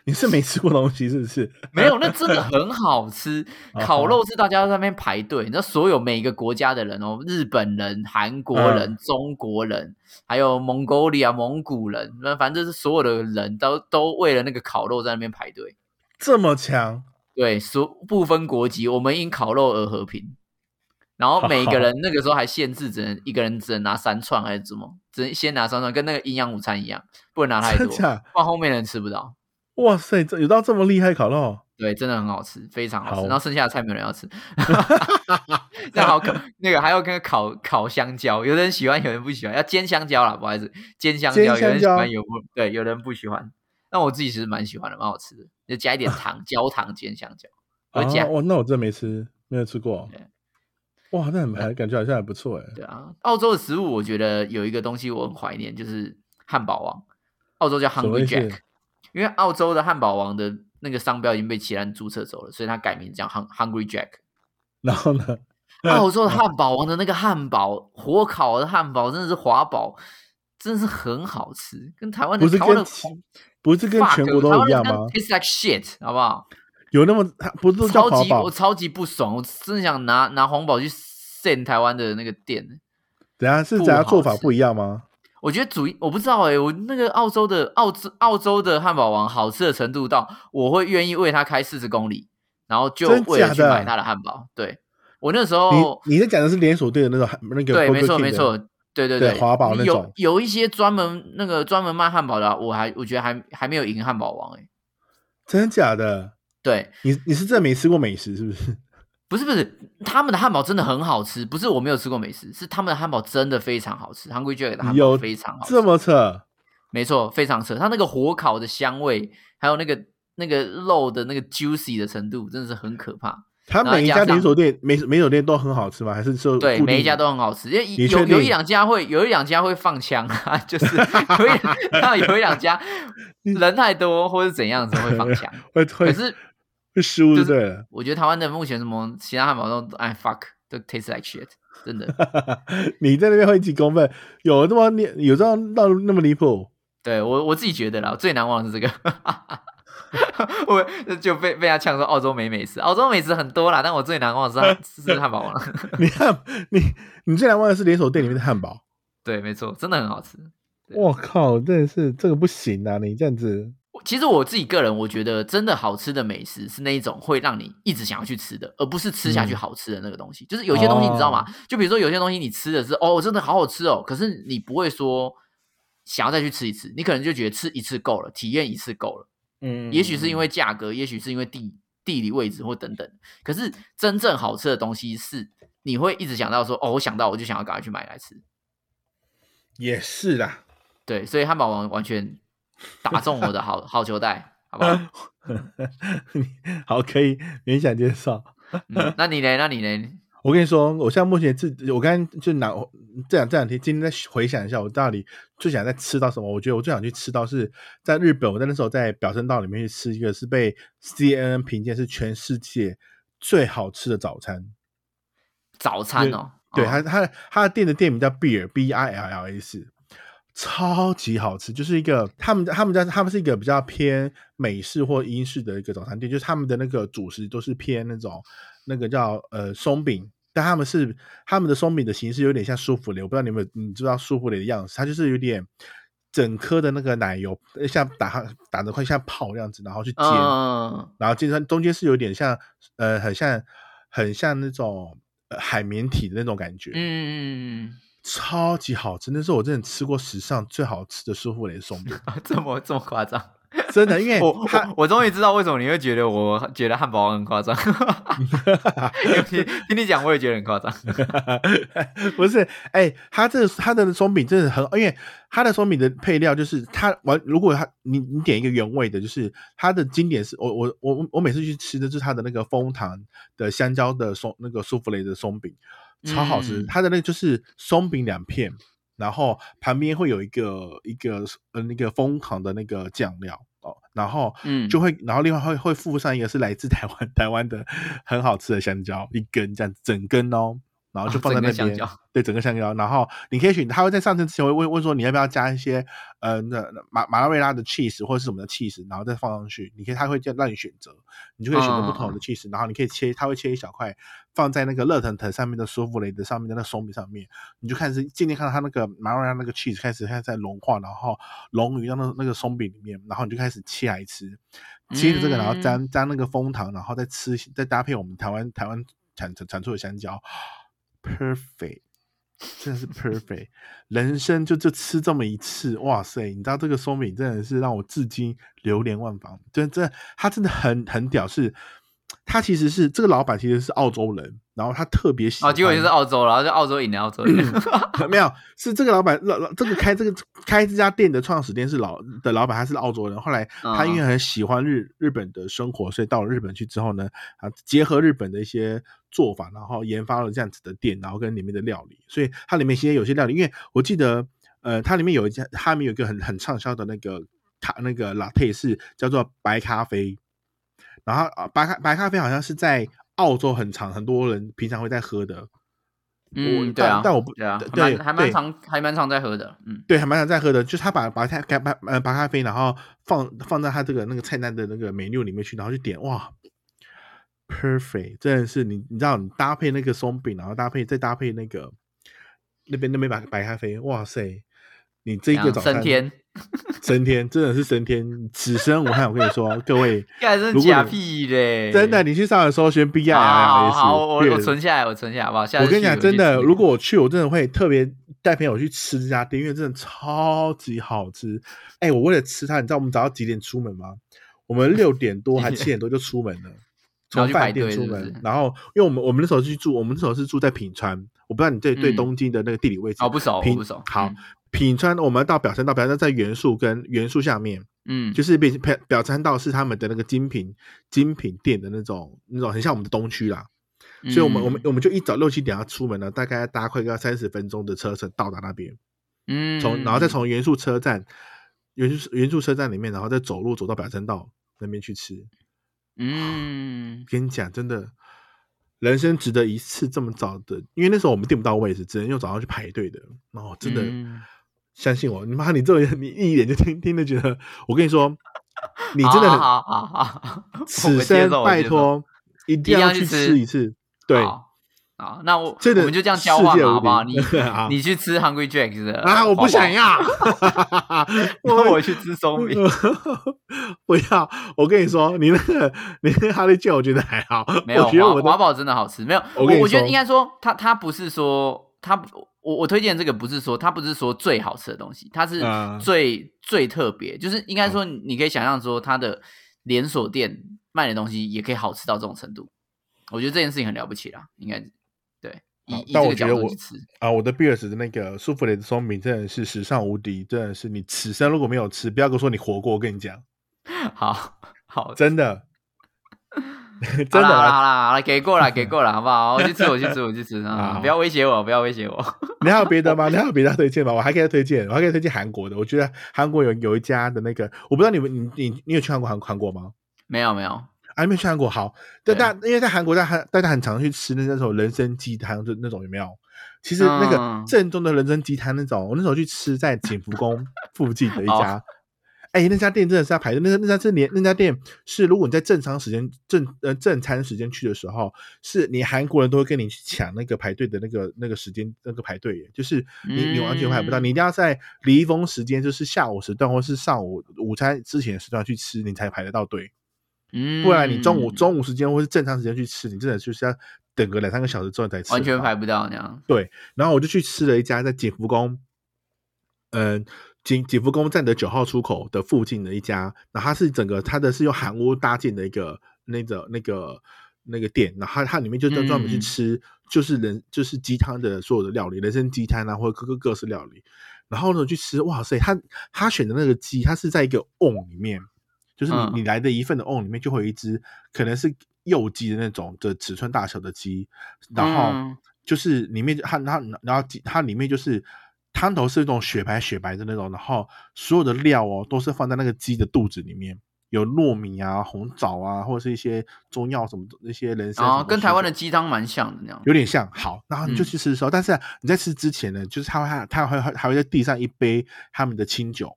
S1: 你是没吃过东西是不是？
S2: 没有，那真的很好
S1: 。
S2: 吃
S1: 啊
S2: 烤肉是大家在那边排队，你知道所有每一个国家的人哦，日本人、韩国人、
S1: 嗯
S2: 中国人，还有蒙古利亚、蒙古人，那反正就是所有的人都都为了那个烤肉在那边排队。
S1: 这么 强，
S2: 对，所不分国籍，我们因烤肉而和平。然后每个人那个时候还限制，只能一个人只能拿三串还是怎么，只能先拿三串，跟那个营养午餐一样，不能拿太多，
S1: 真
S2: 不然
S1: 假？
S2: 后面人吃不到。
S1: 哇塞，这有到这么厉害烤肉？
S2: 对，真的很好吃，非常好吃。
S1: 好
S2: 然后剩下的菜没有人要吃，那好可那个还要跟烤烤香蕉，有的人喜欢，有人不喜欢，要煎香蕉啦，不好意思，煎香蕉，
S1: 煎
S2: 有人
S1: 香
S2: 喜
S1: 蕉
S2: 欢，有不对，有人不喜欢。那我自己其实蛮喜欢的，蛮好吃的，就加一点糖，焦糖煎香蕉，我
S1: 啊
S2: 会加。
S1: 哇，那我真的没吃，没有吃过
S2: 对。
S1: 哇，那很还感觉好像还不错哎、
S2: 对啊，澳洲的食物我觉得有一个东西我很怀念，就是汉堡王，澳洲叫
S1: 什么
S2: Hungry
S1: 意思
S2: Jack，因为澳洲的汉堡王的那个商标已经被其他人注册走了，所以它改名叫 Hun- Hungry Jack。
S1: 然后呢？
S2: 澳洲的汉堡王的那个汉堡，火烤的汉堡真的是华堡，真的是很好吃，跟台湾的
S1: 不是
S2: 台湾的
S1: 跟其不是跟全国都一样吗？
S2: ？It's like shit，好不好？
S1: 有那么它不是都叫
S2: 超
S1: 华
S2: 级
S1: 宝
S2: 我？超级不爽，我真的想拿拿环保去扇台湾的那个店。
S1: 等下是
S2: 不
S1: 怎下
S2: 好
S1: 做法
S2: 吃
S1: 不一样吗？
S2: 我觉得主我不知道哎、我那个澳洲的澳洲澳洲的汉堡王好吃的程度到我会愿意为它开四十公里，然后就
S1: 真
S2: 为了去
S1: 假的
S2: 买它的汉堡。对我那时候
S1: 你你在讲的是连锁店的那种那个
S2: 哦对，没
S1: Burger
S2: 错
S1: King
S2: 没
S1: 的
S2: 错，对对
S1: 对华堡那
S2: 有
S1: 种
S2: 有一些专门那个专门卖汉堡的啊，我还我觉得还还没有赢汉堡王哎、
S1: 真的假的？
S2: 对，
S1: 你你是真的没吃过美食是不是？
S2: 不是不是，他们的汉堡真的很好吃，不是我没有吃过美食，是他们的汉堡真的非常好吃，Hungry Jack 的汉堡
S1: 有
S2: 非常好吃，
S1: 这么扯？
S2: 没错，非常扯，它那个火烤的香
S1: 嗯
S2: 味，还有那个那个肉的那个 juicy 的程度，真的是很可怕。
S1: 它
S2: 然后
S1: 每一
S2: 加
S1: 家
S2: 上
S1: 连锁店每每种店都很好吃吗？还是说
S2: 对，
S1: 固
S2: 每一
S1: 定
S2: 家都很好吃，因为一
S1: 你
S2: 有
S1: 确
S2: 有
S1: 定
S2: 一两家会有一两家会放枪啊， 就是有一那有一两家人太多或者怎样子会放枪。
S1: 会
S2: 可
S1: 会
S2: 是
S1: 会失误
S2: 就
S1: 就是对了。
S2: 我觉得台湾的目前什么其他汉堡都哎 fuck 都 taste like shit，真的。
S1: 你在那边会引起公愤，有那么你有这样到那么离 谱？
S2: 对我我自己觉得啦，我最难忘的是这个。 我就被被他呛说澳洲没美食，澳洲美食很多啦，但我最难忘的是汉 是汉堡王。
S1: 你看你你最难忘的是连锁店里面的汉堡，
S2: 对，没错，真的很好吃。对
S1: 我靠，真的是这个不行啊！你这样子，
S2: 我其实我自己个人，我觉得真的好吃的美食是那一种会让你一直想要去吃的，而不是吃下去
S1: 嗯哦
S2: 好吃的那个东西。就是有些东西你知道吗？就比如说有些东西你吃的是哦，真的好好吃哦，可是你不会说想要再去吃一次，你可能就觉得吃一次够了，体验一次够了。
S1: 嗯
S2: 也许是因为价格，也许是因为地地理位置或等等。可是真正好吃的东西是，你会一直想到说，哦，我想到我就想要赶快去买来吃。
S1: 也是啦，
S2: 对，所以汉堡王完全打中我的好好球带，好不好？
S1: 好，可以勉强接受。
S2: 嗯，那你呢？那你呢？
S1: 我跟你说，我现在目前自己，我刚刚就拿我这两这两天，今天在回想一下，我到底最想在吃到什么？我觉得我最想去吃到是在日本，我在那时候在表参道里面去吃一个，是被 CNN 评鉴是全世界最好吃的早餐。
S2: 早餐哦，
S1: 对，
S2: 哦
S1: 它它它的店的店名叫 Beer B I L L A 四，超级好吃，就是一个他们他们家他们是一个比较偏美式或英式的一个早餐店，就是他们的那个主食都是偏那种那个叫呃松饼。但他们是他们的松饼的形式有点像舒芙蕾，我不知道你们有你知道舒芙蕾的样子，它就是有点整颗的那个奶油呃像打打的快像泡那样子，然后去煎，
S2: 嗯，
S1: 然后就算中间是有点像，呃，很像，很像那种、呃、海绵体的那种感觉，
S2: 嗯，
S1: 超级好吃。那是我真的吃过史上最好吃的舒芙蕾 松饼，
S2: 啊这么这么夸张？
S1: 真的，因为
S2: 我
S1: 它
S2: 我我终于知道为什么你会觉得我觉得汉堡王很夸张， 因为听听你讲我也觉得很 夸张。
S1: 不是，哎、它这它的松饼真的很，因为它的松饼的配料就是它完，如果它你你点一个原味的，就是它的经典是我我我我每次去吃的就是它的那个枫糖的香蕉的松那个舒芙蕾的松饼，超好吃。
S2: 嗯
S1: 它的那个就是松饼两片，然后旁边会有一个一个呃那个枫糖的那个酱料哦，然后
S2: 嗯
S1: 就会，然后另外会会附上一个是来自台湾 台湾的很好吃的香蕉，一根这样子整根哦，然后就
S2: 哦
S1: 放在
S2: 整
S1: 那
S2: 根香
S1: 边，
S2: 蕉
S1: 对，整个香蕉，然后你可以选，他会在上车之前会问问说你要不要加一些呃那那马马拉瑞拉的 cheese 或者是什么的 cheese，然后再放上去，你可以他会这样让你选择，你就可以选择不
S2: 哦
S1: 同的 cheese，、然后你可以切，他会切一小块放在那个热腾腾上面的舒芙蕾的上面的那松饼上面，你就开始渐渐看到它那个马瑞拉那个 cheese 开始开始在融化，然后溶于到那那个松饼里面，然后你就开始切来吃，切着这个然后
S2: 嗯
S1: 沾沾那个枫糖，然后再吃再搭配我们台湾台湾产产出的香蕉，perfect。真 的是 perfect，人 生就就吃这么一次，哇塞！你知道这个松饼真的是让我至今流连忘返，真真的他真的很很屌，是他其实是这个老板其实是澳洲人，然后他特别喜
S2: 哦，
S1: 欢，
S2: 结果就是澳洲，然后就澳洲赢了，澳洲赢了。
S1: 没有，是这个老板老老这个开这个开这家店的创始店是老的老板，他是澳洲人。后来他
S2: 啊
S1: 因为很喜欢日日本的生活，所以到了日本去之后呢，啊，结合日本的一些做法，然后研发了这样子的店，然后跟里面的料理。所以它里面其实有些料理，因为我记得，呃，它里面有一家，他们有一个很很畅销的那个咖那个 latte 是叫做白咖啡，然后啊白咖白咖啡好像是在澳洲很常很多人平常会在喝的。
S2: 嗯，
S1: 我
S2: 对啊，
S1: 但但我不
S2: 对啊，还
S1: 对
S2: 蛮还蛮
S1: 对
S2: 常还蛮常在喝的，嗯
S1: 对，还蛮想再喝的，就是他把把他咖把呃把咖啡，然后放放在他这个那个菜单的那个 menu 里面去，然后去点，哇，perfect，真的是你你知道你搭配那个松饼，然后搭配再搭配那个那边那边白白咖啡，哇塞，你这一
S2: 怎
S1: 个
S2: 样
S1: 早餐
S2: 升天，
S1: 升天真的是升天，此生无憾，我跟你说，各位，
S2: 干是
S1: 如果
S2: 假
S1: 你
S2: 屁嘞，
S1: 真的，你去上海搜寻 B I
S2: 好好
S1: L S，
S2: 好，我我存下来，我存下来，好不好？下次
S1: 我跟你
S2: 去
S1: 讲，
S2: 就
S1: 真
S2: 去
S1: 的，
S2: 吃
S1: 如果我去，我真的会特别带朋友去吃这家店，因为真的超级好吃。哎、我为了吃它，你知道我们早上几点出门吗？我们六点多还七点多就出门了，
S2: 然后
S1: 从
S2: 去
S1: 饭
S2: 排
S1: 店
S2: 队
S1: 出
S2: 是不
S1: 门。
S2: 是
S1: 然后，因为我们我们那时候去住，我们那时候是住在品川，我不知道你对对
S2: 嗯
S1: 东京的那个地理位置。
S2: 哦不熟，我
S1: 品
S2: 不熟，
S1: 好
S2: 嗯，
S1: 品川我们要到表参道，表参道在元素跟元素下面，
S2: 嗯，
S1: 就是表表表参道是他们的那个精品精品店的那种那种，很像我们的东区啦。
S2: 嗯
S1: 所以我们我们我们就一早六七点要出门了，大概搭快要三十分钟的车程到达那边，
S2: 嗯
S1: 从然后再从元素车站，元素元素车站里面，然后再走路走到表参道那边去吃。
S2: 嗯
S1: 跟你讲，真的，人生值得一次这么早的，因为那时候我们订不到位置，只能用早上去排队的。哦，真的，
S2: 嗯
S1: 相信我，你妈你这个人你一眼就听听的觉得，我跟你说，你真的
S2: 哦好
S1: 很
S2: 好好好好，我
S1: 此
S2: 我接
S1: 生
S2: 受我接
S1: 拜
S2: 受
S1: 托一定
S2: 定
S1: 要
S2: 要去
S1: 去
S2: 吃
S1: 吃一次。对，
S2: 好，好那我
S1: 真的
S2: 我们就这样交换
S1: 世界
S2: 嘛
S1: 无
S2: 好不好？你
S1: 敌 好
S2: 你去吃 Hungry Jack's 的
S1: 啊，
S2: 花
S1: 我不
S2: 豹
S1: 想，要，
S2: 然后我去吃松饼。
S1: 不要， 我跟你说，你那个你那个哈利卷，我觉得还好，
S2: 没有，
S1: 我觉得
S2: 华
S1: 我
S2: 华
S1: 的
S2: 宝真的好吃。没有，
S1: 我
S2: 我
S1: 跟你
S2: 我觉得
S1: 说
S2: 应该说，它它不是说它我我推荐这个不是说它不是说最好吃的东西，它是
S1: 啊
S2: 最、最特别，就是应该说你你可以想象说它的连锁店卖的东西也可以好吃到这种程度，我觉得这件事情很了不起啦，应该
S1: 好
S2: 以以
S1: 但
S2: 这
S1: 我
S2: 个
S1: 觉
S2: 角
S1: 得
S2: 度
S1: 我
S2: 去吃，
S1: 啊，我的 Beers 的那个舒芙蕾的松饼真的是史上无敌，真的是你此生如果没有吃，不要跟我说你活过，我跟你讲，
S2: 好好
S1: 真的， 真
S2: 好
S1: 的
S2: 啦好
S1: 啊，
S2: 啦好啦， 给过了给过了，好不好？我去吃我去吃我去吃啊！
S1: 好
S2: 不要威胁我，不要威胁我。
S1: 你还有别的吗？你还有别的要推荐吗？我还可以推荐，我还可以推荐韩国的，我觉得韩国有有一家的那个，我不知道你们你你你有去韩国韩韩国吗？
S2: 没有没有，
S1: 啊，没有去韩国好，但大因为在韩国大家大家很常去吃那那种人参鸡汤，就那种有没有？其实那
S2: 嗯
S1: 个正宗的人参鸡汤那种，我那时候去吃在景福 宫附近的一
S2: 哦
S1: 家，哎、那家店真的是要排队，那家那家是连那家店是如果你在正常时间正呃正餐时间去的时候，是连韩国人都会跟你去抢那个排队的那个那个时间那个排队耶，就是你你完全排不到，
S2: 嗯
S1: 你一定要在离峰时间，就是下午时段或是上午午餐之前的时段去吃，你才排得到队。
S2: 嗯，
S1: 不然你中午中午时间或是正常时间去吃，你真的就是要等个两三个小时之后你才吃。
S2: 完全排。不到那样。
S1: 然后我就去吃了一家在景福宫，嗯、景景福宫站的九号出口的附近的一家，然后它是整个它的是用韩屋搭建的一个那个那个那个店，然后它它里面就专专门去
S2: 嗯
S1: 吃、就是人就是鸡汤的所有的料理，人参鸡汤啊，或者各个各式料理。然后呢，我去吃，哇塞，他他选的那个鸡，它是在一个瓮里面，就是你、
S2: 嗯
S1: 你来的一份的瓮里面就会有一只可能是幼鸡的那种的尺寸大小的鸡，然后
S2: 嗯
S1: 就是里面它它然后鸡它里面就是汤头是那种雪白雪白的那种，然后所有的料哦都是放在那个鸡的肚子里面。有糯米啊、红枣啊，或者是一些中药什么的那些人
S2: 然
S1: 参什么
S2: 后
S1: 的，
S2: 哦跟台湾
S1: 的。
S2: 的鸡汤蛮像的那样。
S1: 有点像。好，然后你
S2: 嗯
S1: 就去吃的时候，但是啊你在吃之前呢，就是他会他会还会在递上一杯他们的清酒，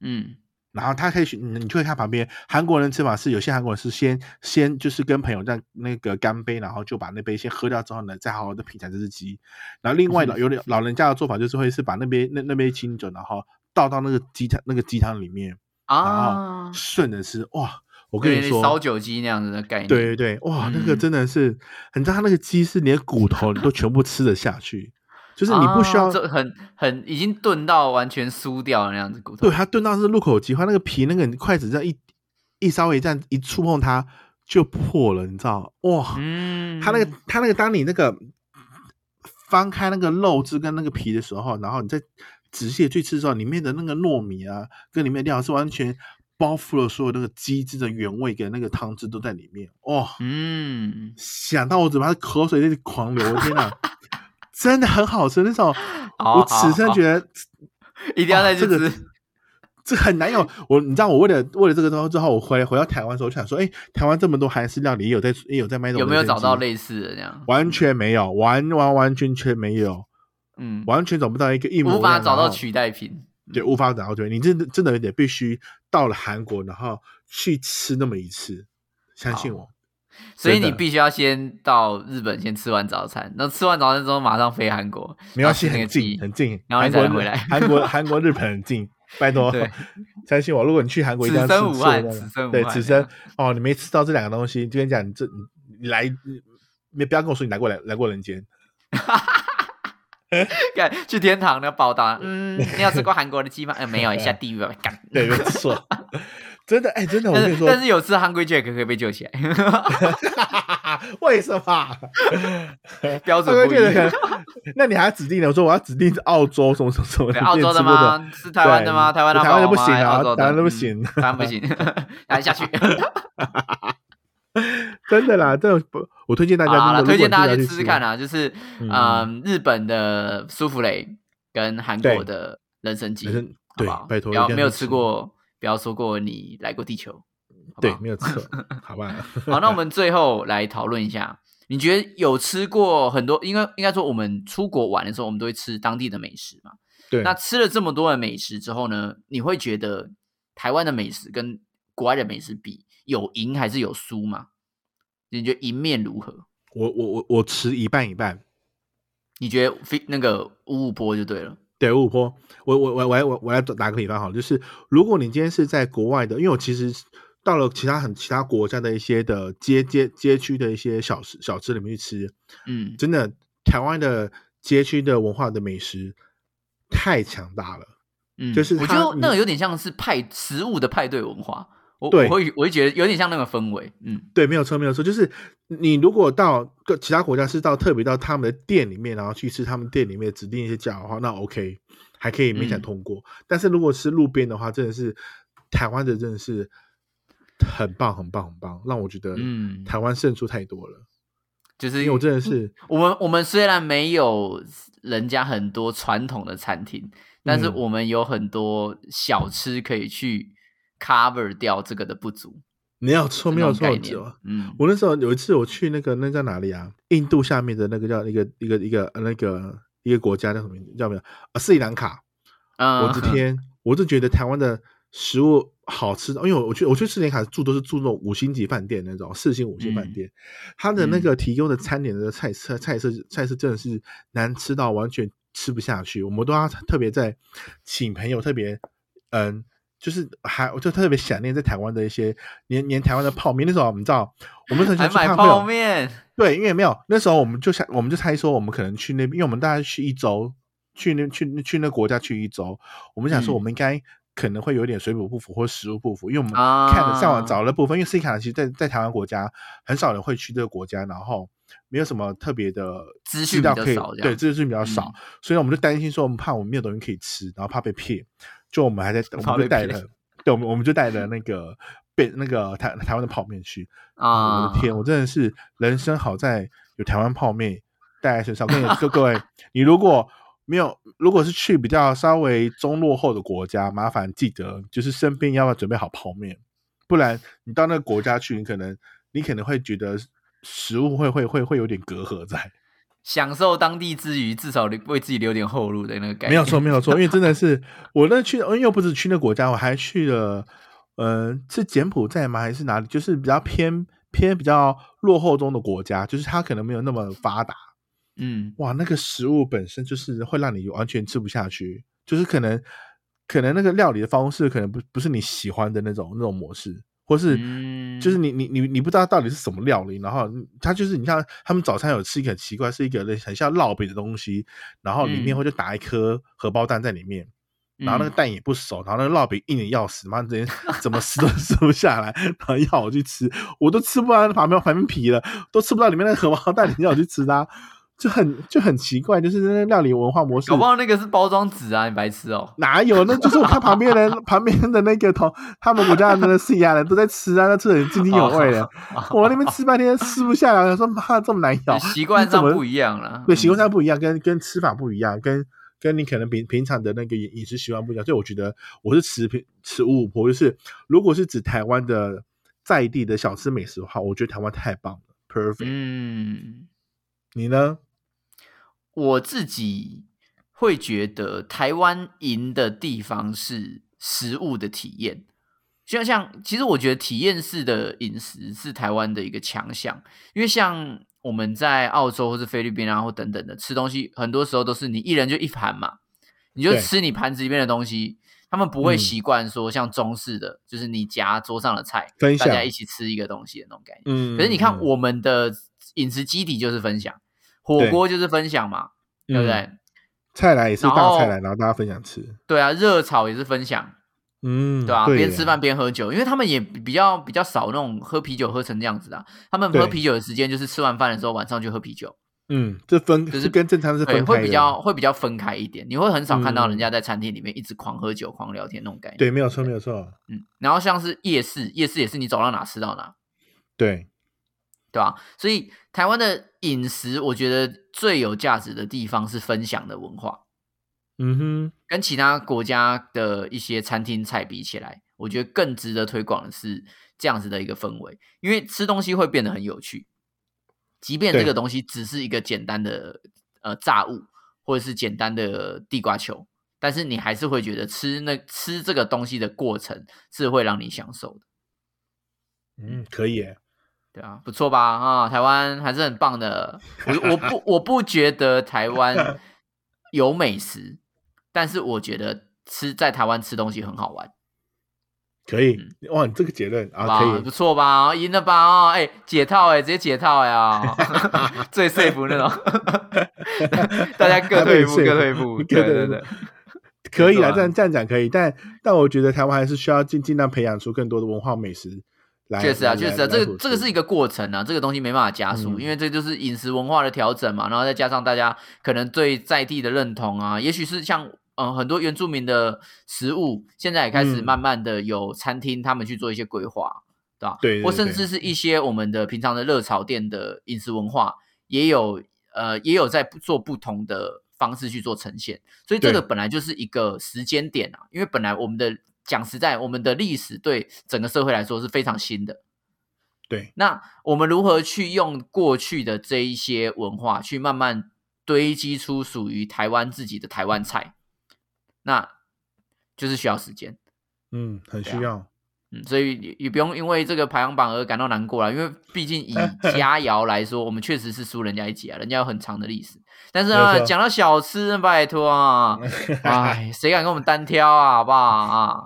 S2: 嗯
S1: 然后他可以选，你你就会看旁边韩国人吃法是有些韩国人是先先就是跟朋友这样那个干杯，然后就把那杯先喝掉之后呢，再好好的品尝这只鸡。然后另
S2: 嗯
S1: 外老有点老人家的做法就是会是把那杯那那杯清酒，然后倒到那个鸡汤那个鸡汤里面，
S2: 啊，
S1: 顺着吃。哇，我
S2: 我
S1: 跟你说，
S2: 烧酒鸡那样子的概念。
S1: 对对对，哇，那个
S2: 嗯
S1: 真的是，你知道他那个鸡是连骨头你都全部吃得下去，就是你不需要，
S2: 啊这很很已经炖到完全酥掉的那样子骨头。
S1: 对它啊炖到是入口即化，那个皮那个你筷子这样一一稍微这样一触碰它就破了，你知道哇，
S2: 嗯，
S1: 它那个它那个当你那个翻开那个肉质跟那个皮的时候，然后你再仔细的去吃的时候，里面的那个糯米啊跟里面的料是完全包覆了所有那个鸡汁的原味跟那个汤汁都在里面，哇、
S2: 嗯，
S1: 想到我嘴巴口水在那狂流，天哪，真的很好吃那种，
S2: 哦好
S1: 我此生觉得
S2: 一定要再去
S1: 这个
S2: 吃。
S1: 这很难有我，你知道我为了为了这个东西之后，我回来回到台湾的时候，我就想说，哎，台湾这么多韩式料理，也有在也有在卖这种，
S2: 有没有找到？类似的那样？
S1: 完全没有，完完完全全没有，
S2: 嗯，
S1: 完全找不到一个一模一
S2: 无
S1: 样
S2: 法找到
S1: 然后
S2: 取嗯代品。
S1: 对，无法找到对，你真的真的得必须到了韩国，然后去吃那么一次，相信我。
S2: 所以
S1: 真的
S2: 你必须要先到日本先吃完早餐，然后吃完早餐之后马上飞韩国，
S1: 没
S2: 然后
S1: 关
S2: 吃
S1: 系，
S2: 那
S1: 很
S2: 个
S1: 近
S2: 鸡
S1: 很近。
S2: 然后
S1: 韩
S2: 你再
S1: 国
S2: 回
S1: 日
S2: 来
S1: 韩国韩国日本很近，拜托
S2: 对，
S1: 相信我。如果你去韩国，一定要
S2: 此
S1: 吃
S2: 生无
S1: 吃
S2: 憾
S1: 我那个
S2: 此生无
S1: 对，
S2: 憾
S1: 此
S2: 这
S1: 生
S2: 样
S1: 哦，你没吃到这两个东西，就跟你讲，你这你你来，你不要跟我说你来过来来过人间，
S2: 干去天堂的报答。嗯，你有吃过韩国的鸡吗？呃，没 有，下地狱吧，干。
S1: 对，没错， 真的，哎，真的，我
S2: 但
S1: 跟你
S2: 是
S1: 说，
S2: 但是有吃 Hungry Jack 可以被救起来，
S1: 为什么？
S2: 标
S1: 我
S2: 准不一
S1: 觉 得可
S2: 样。
S1: 能，那你还指定的？我说我要指定是澳洲什么什么什么，
S2: 对，澳洲的
S1: 你之前吃过的？
S2: 吗？是台湾的吗？
S1: 对
S2: 台湾的
S1: 台湾
S2: 好吗
S1: 的不行啊
S2: 澳洲的
S1: 台湾的不
S2: 嗯
S1: 行
S2: 台湾不行， 来 下去。
S1: 真的啦，这种我推荐大家
S2: 好
S1: 真的，
S2: 了，
S1: 如
S2: 推
S1: 果
S2: 荐
S1: 你真
S2: 大
S1: 的
S2: 家
S1: 要
S2: 去
S1: 去
S2: 吃吃看啊，就是
S1: 嗯
S2: 嗯，日本的舒芙蕾跟韩国
S1: 对
S2: 的人参鸡，
S1: 人参
S2: 好
S1: 对
S2: 不好
S1: 拜托
S2: 不要
S1: 一定要
S2: 没有
S1: 去
S2: 吃
S1: 吃
S2: 过，不要说过你来过地球，好不
S1: 对
S2: 好，
S1: 没有错，好 吧？
S2: 好，那 我们最后来讨论一下，你觉得有吃过很多？应该应该说，我们出国玩的时候，我们都会吃当地的美食嘛。
S1: 对，
S2: 那吃了这么多的美食之后呢，你会觉得台湾的美食跟国外的美食比，有赢还是有输吗？你觉得赢面如何？
S1: 我我我我持一半一半。
S2: 你觉得非那个五五波就对了，
S1: 对，五五坡，我我我我来我我来打个比方好了，就是如果你今天是在国外的，因为我其实到了其他很其他国家的一些的街街街区的一些小吃小吃里面去吃，
S2: 嗯，
S1: 真的台湾的街区的文化的美食太强大了。
S2: 嗯
S1: 就是
S2: 我觉
S1: 它
S2: 得那
S1: 你
S2: 个有点像是派食物的派对文化，我
S1: 对
S2: 我会我会觉得有点像那个氛围，嗯，
S1: 对，没有错，没有错，就是你如果到各其他国家是到特别到他们的店里面，然后去吃他们店里面指定一些酱的话，那 OK，还可以勉强
S2: 嗯
S1: 通过。但是如果是路边的话，真的是台湾的真的是很棒，很棒，很棒，让我觉得
S2: 嗯
S1: 台湾胜出太多了。
S2: 就是
S1: 因为我真的是，
S2: 我们我们虽然没有人家很多传统的餐厅，但是
S1: 嗯
S2: 我们有很多小吃可以去 cover 掉这个的不足，
S1: 没有错，没有错
S2: 这种概，
S1: 只
S2: 念
S1: 有
S2: 嗯，
S1: 啊我那时候有一次我去那个那叫哪里啊？印度下面的那个叫一个一个一个呃那个一个国家叫什么名字？叫什么？啊，斯里兰卡。
S2: 嗯
S1: 我的，天，我就觉得台湾的食物好吃，因为我我去我去斯里兰卡住都是住那种五星级饭店那种四星五星饭
S2: 嗯
S1: 店，它的那
S2: 嗯
S1: 个提供的餐点的菜色菜色菜色真的是难吃到完全吃不下去，我们都要特别在请朋友特别嗯。就是还我就特别想念在台湾的一些连连台湾的泡面，那时候我们知道我们很喜
S2: 还
S1: 欢去
S2: 买
S1: 看朋友
S2: 泡面，
S1: 对，因为没有那时候我们就想，我们就猜说我们可能去那边，因为我们大概去一周，去那去那去那国家去一周，我们想说
S2: 嗯
S1: 我们应该可能会有点水土不服或食物不服，因为我们
S2: 啊
S1: 看了上网找了部分，因为斯里兰卡其实在在台湾国家很少人会去这个国家，然后没有什么特别的
S2: 资讯
S1: 资料
S2: 比较
S1: 可以
S2: 少这
S1: 对
S2: 样嗯
S1: 资讯比较少，所以我们就担心说我们怕我们没有东西可以吃，然后怕被骗，就我们还在我
S2: 怕
S1: 们就
S2: 被
S1: 带
S2: 骗
S1: 了，对，我们我们就带了那个被那个台台湾的泡面去，
S2: 啊，
S1: 我的天，我真的是人生好在有台湾泡面带在身上。我跟你各各位，你如果没有，如果是去比较稍微中落后的国家，麻烦记得就是身边要不要准备好泡面，不然你到那个国家去，你可能你可能会觉得食物会会会会有点隔阂在。
S2: 享受当地之余，至少留为自己留点后路的那个概念，
S1: 没有错，没有错，因为真的是我那去，因为又不止去那国家，我还去了，呃，是柬埔寨吗？还是哪里？就是比较偏偏比较落后中的国家，就是它可能没有那么发达。
S2: 嗯，
S1: 哇，那个食物本身就是会让你完全吃不下去，就是可能可能那个料理的方式可能不不是你喜欢的那种那种模式，或是
S2: 嗯
S1: 就是你你你你不知道到底是什么料理，然后它就是你像他们早餐有吃一个很奇怪，是一个类很像烙饼的东西，然后里面
S2: 嗯
S1: 会就打一颗荷包蛋在里面。然后那个
S2: 嗯
S1: 蛋也不熟，然后那个烙饼硬的要死，妈直接怎么撕都撕不下来，然后要我去吃，我都吃不完旁边旁边皮了，都吃不到里面那个荷包蛋，你要我去吃它，就很就很奇怪，就是那个料理文化模式
S2: 搞不好那个是包装纸啊，你白痴哦、
S1: 哪有？那就是我看旁边人旁边的那个同他们国家的那个西亚人都在吃啊，那吃的很津津有味 的，我那边吃半天吃不下来，我说妈这么难咬，
S2: 习惯
S1: 你怎
S2: 上
S1: 么
S2: 不一样了，
S1: 对，习惯
S2: 嗯
S1: 上不一样，跟跟吃法不一样，跟跟你可能平平常的那个饮饮食习惯不一样，所以我觉得我是持平持五五婆，就是如果是指台湾的在地的小吃美食的话，我觉得台湾太棒了，perfect。
S2: 嗯，
S1: 你呢？
S2: 我自己会觉得台湾赢的地方是食物的体验，就像其实我觉得体验式的饮食是台湾的一个强项，因为像我们在澳洲或是菲律宾啊或等等的吃东西，很多时候都是你一人就一盘嘛，你就
S1: 对
S2: 吃你盘子里面的东西。他们不会
S1: 嗯
S2: 习惯说像中式的，就是你夹桌上的菜，
S1: 分
S2: 大家
S1: 享
S2: 一起吃一个东西的那种概念。
S1: 嗯
S2: 可是你看，我们的饮食基底就是分享，火
S1: 对
S2: 锅就是分享嘛，对不？
S1: 嗯
S2: 对？
S1: 菜来也是
S2: 然
S1: 大
S2: 后
S1: 菜来，然后大家分享吃。
S2: 对啊，热炒也是分享，
S1: 嗯，
S2: 对啊，边吃
S1: 耶
S2: 饭边喝酒，因为他们也比较比较少那种喝啤酒喝成这样子的啊，他们喝
S1: 对
S2: 啤酒的时间就是吃完饭的时候晚上去喝啤酒，
S1: 嗯，这分
S2: 就是
S1: 是跟正常是
S2: 对，
S1: 分
S2: 会
S1: 开
S2: 比
S1: 的。
S2: 较会比较分开一点，你会很少看到人
S1: 嗯
S2: 家在餐厅里面一直狂喝酒狂聊天那种概念，
S1: 对，没有错，没有错，
S2: 嗯，然后像是夜市，夜市也是你走到哪吃到哪，
S1: 对，
S2: 对吧？所以台湾的饮食，我觉得最有价值的地方是分享的文化，
S1: 嗯哼，
S2: 跟其他国家的一些餐厅菜比起来，我觉得更值得推广的是这样子的一个氛围，因为吃东西会变得很有趣，即便
S1: 对
S2: 这个东西只是一个简单的呃炸物或者是简单的地瓜球，但是你还是会觉得吃那吃这个东西的过程是会让你享受的，
S1: 嗯，可以耶，
S2: 对啊，不错吧？啊，台湾还是很棒的。我我不我不觉得台 湾有美食，但是我觉得吃在台湾吃东西很好玩，
S1: 可以，哇，你这个结论啊，可
S2: 嗯哇
S1: 以
S2: 不，错吧？赢了吧？啊，哎，解套哎，直接解套呀， 最 safe 那种，大家各退一步，
S1: 还被
S2: 各
S1: 说
S2: 退一
S1: 服
S2: 步，
S1: 各
S2: 对
S1: 退一
S2: 对
S1: 步
S2: 对，
S1: 可
S2: 没
S1: 以
S2: 错
S1: 啦，
S2: 啊
S1: 这样这样讲可以，但但我觉得台湾还是需要尽尽量培养出更多的文化美食来。
S2: 确实啊，
S1: 来
S2: 确实
S1: 来
S2: 啊，这
S1: 来
S2: 个
S1: 辅
S2: 这个
S1: 助
S2: 是一个过程啊，这个东西没办法加速，
S1: 嗯
S2: 因为这就是饮食文化的调整嘛，然后再加上大家可能对在地的认同啊，也许是像嗯、呃很多原住民的食物，现在也开始
S1: 嗯
S2: 慢慢的有餐厅他们去做一些规划，对吧？
S1: 对对
S2: 或
S1: 对嗯
S2: 甚至是一些我们的平常的热炒店的饮食文化，也有呃也有在做不同的方式去做呈现，所以这个
S1: 对
S2: 本来就是一个时间点啊，因为本来我们的讲实在，我们的历史对整个社会来说是非常新的。
S1: 对，
S2: 那我们如何去用过去的这一些文化，去慢慢堆积出属于台湾自己的台湾菜？那就是需要时间，
S1: 嗯，很需
S2: 对啊
S1: 要。
S2: 嗯，所以也也不用因为这个排行榜而感到难过了，因为毕竟 以佳肴来说，我们确实是输人家一截啊，人家有很长的历史。但是
S1: 没
S2: 啊，
S1: 错
S2: 讲到小吃，拜托 啊，哎，谁敢跟我们单挑啊，好不好 啊？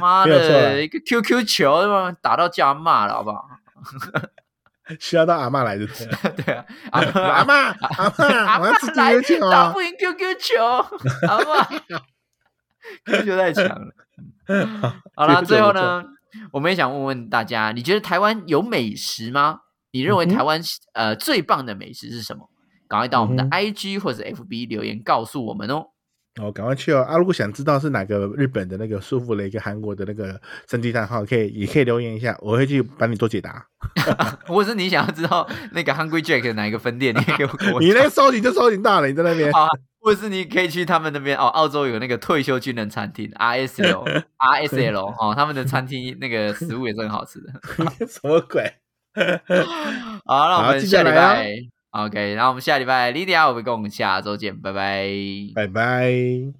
S2: 妈
S1: 没有错啦
S2: 的，一个 QQ 球他妈打到叫阿骂了，好 不好？
S1: 需要到阿嬷来的。
S2: 对啊，阿嬷
S1: 阿嬷阿
S2: 阿
S1: 嬷，我要吃啊
S2: 嬷来
S1: 猪油
S2: 打
S1: 条。
S2: 不赢 QQ 球，阿 嬷 QQ 球太强了。好
S1: 这
S2: 了，
S1: 个
S2: 最
S1: 不
S2: 后
S1: 错
S2: 呢，我们也想问问大家，你觉得台湾有美食吗？你认为
S1: 嗯哼
S2: 台湾、呃最棒的美食是什么？赶快到我们的
S1: 嗯哼
S2: IG 或者 FB 留言告诉我们哦。
S1: 哦，赶快去哦！啊，如果想知道是哪个日本的那个舒服了一个韩国的那个生鸡蛋号，可以也可以留言一下，我会去帮你做解答。
S2: 或者是你想要知道那个 Hungry Jack 的哪一个分店，你也给我给我
S1: 你那个收集就收集到了，你在那边
S2: 好或者是你可以去他们那边哦，澳洲有那个退休军人餐厅 RSL RSL 哦，他们的餐厅那个食物也是很好吃的。
S1: 什么鬼？
S2: 好，那我
S1: 好
S2: 们
S1: 记
S2: 下
S1: 得
S2: 礼
S1: 来啊
S2: 拜、OK，那我们下礼拜 Lydia 我们跟我们下周见，拜拜。
S1: 拜拜。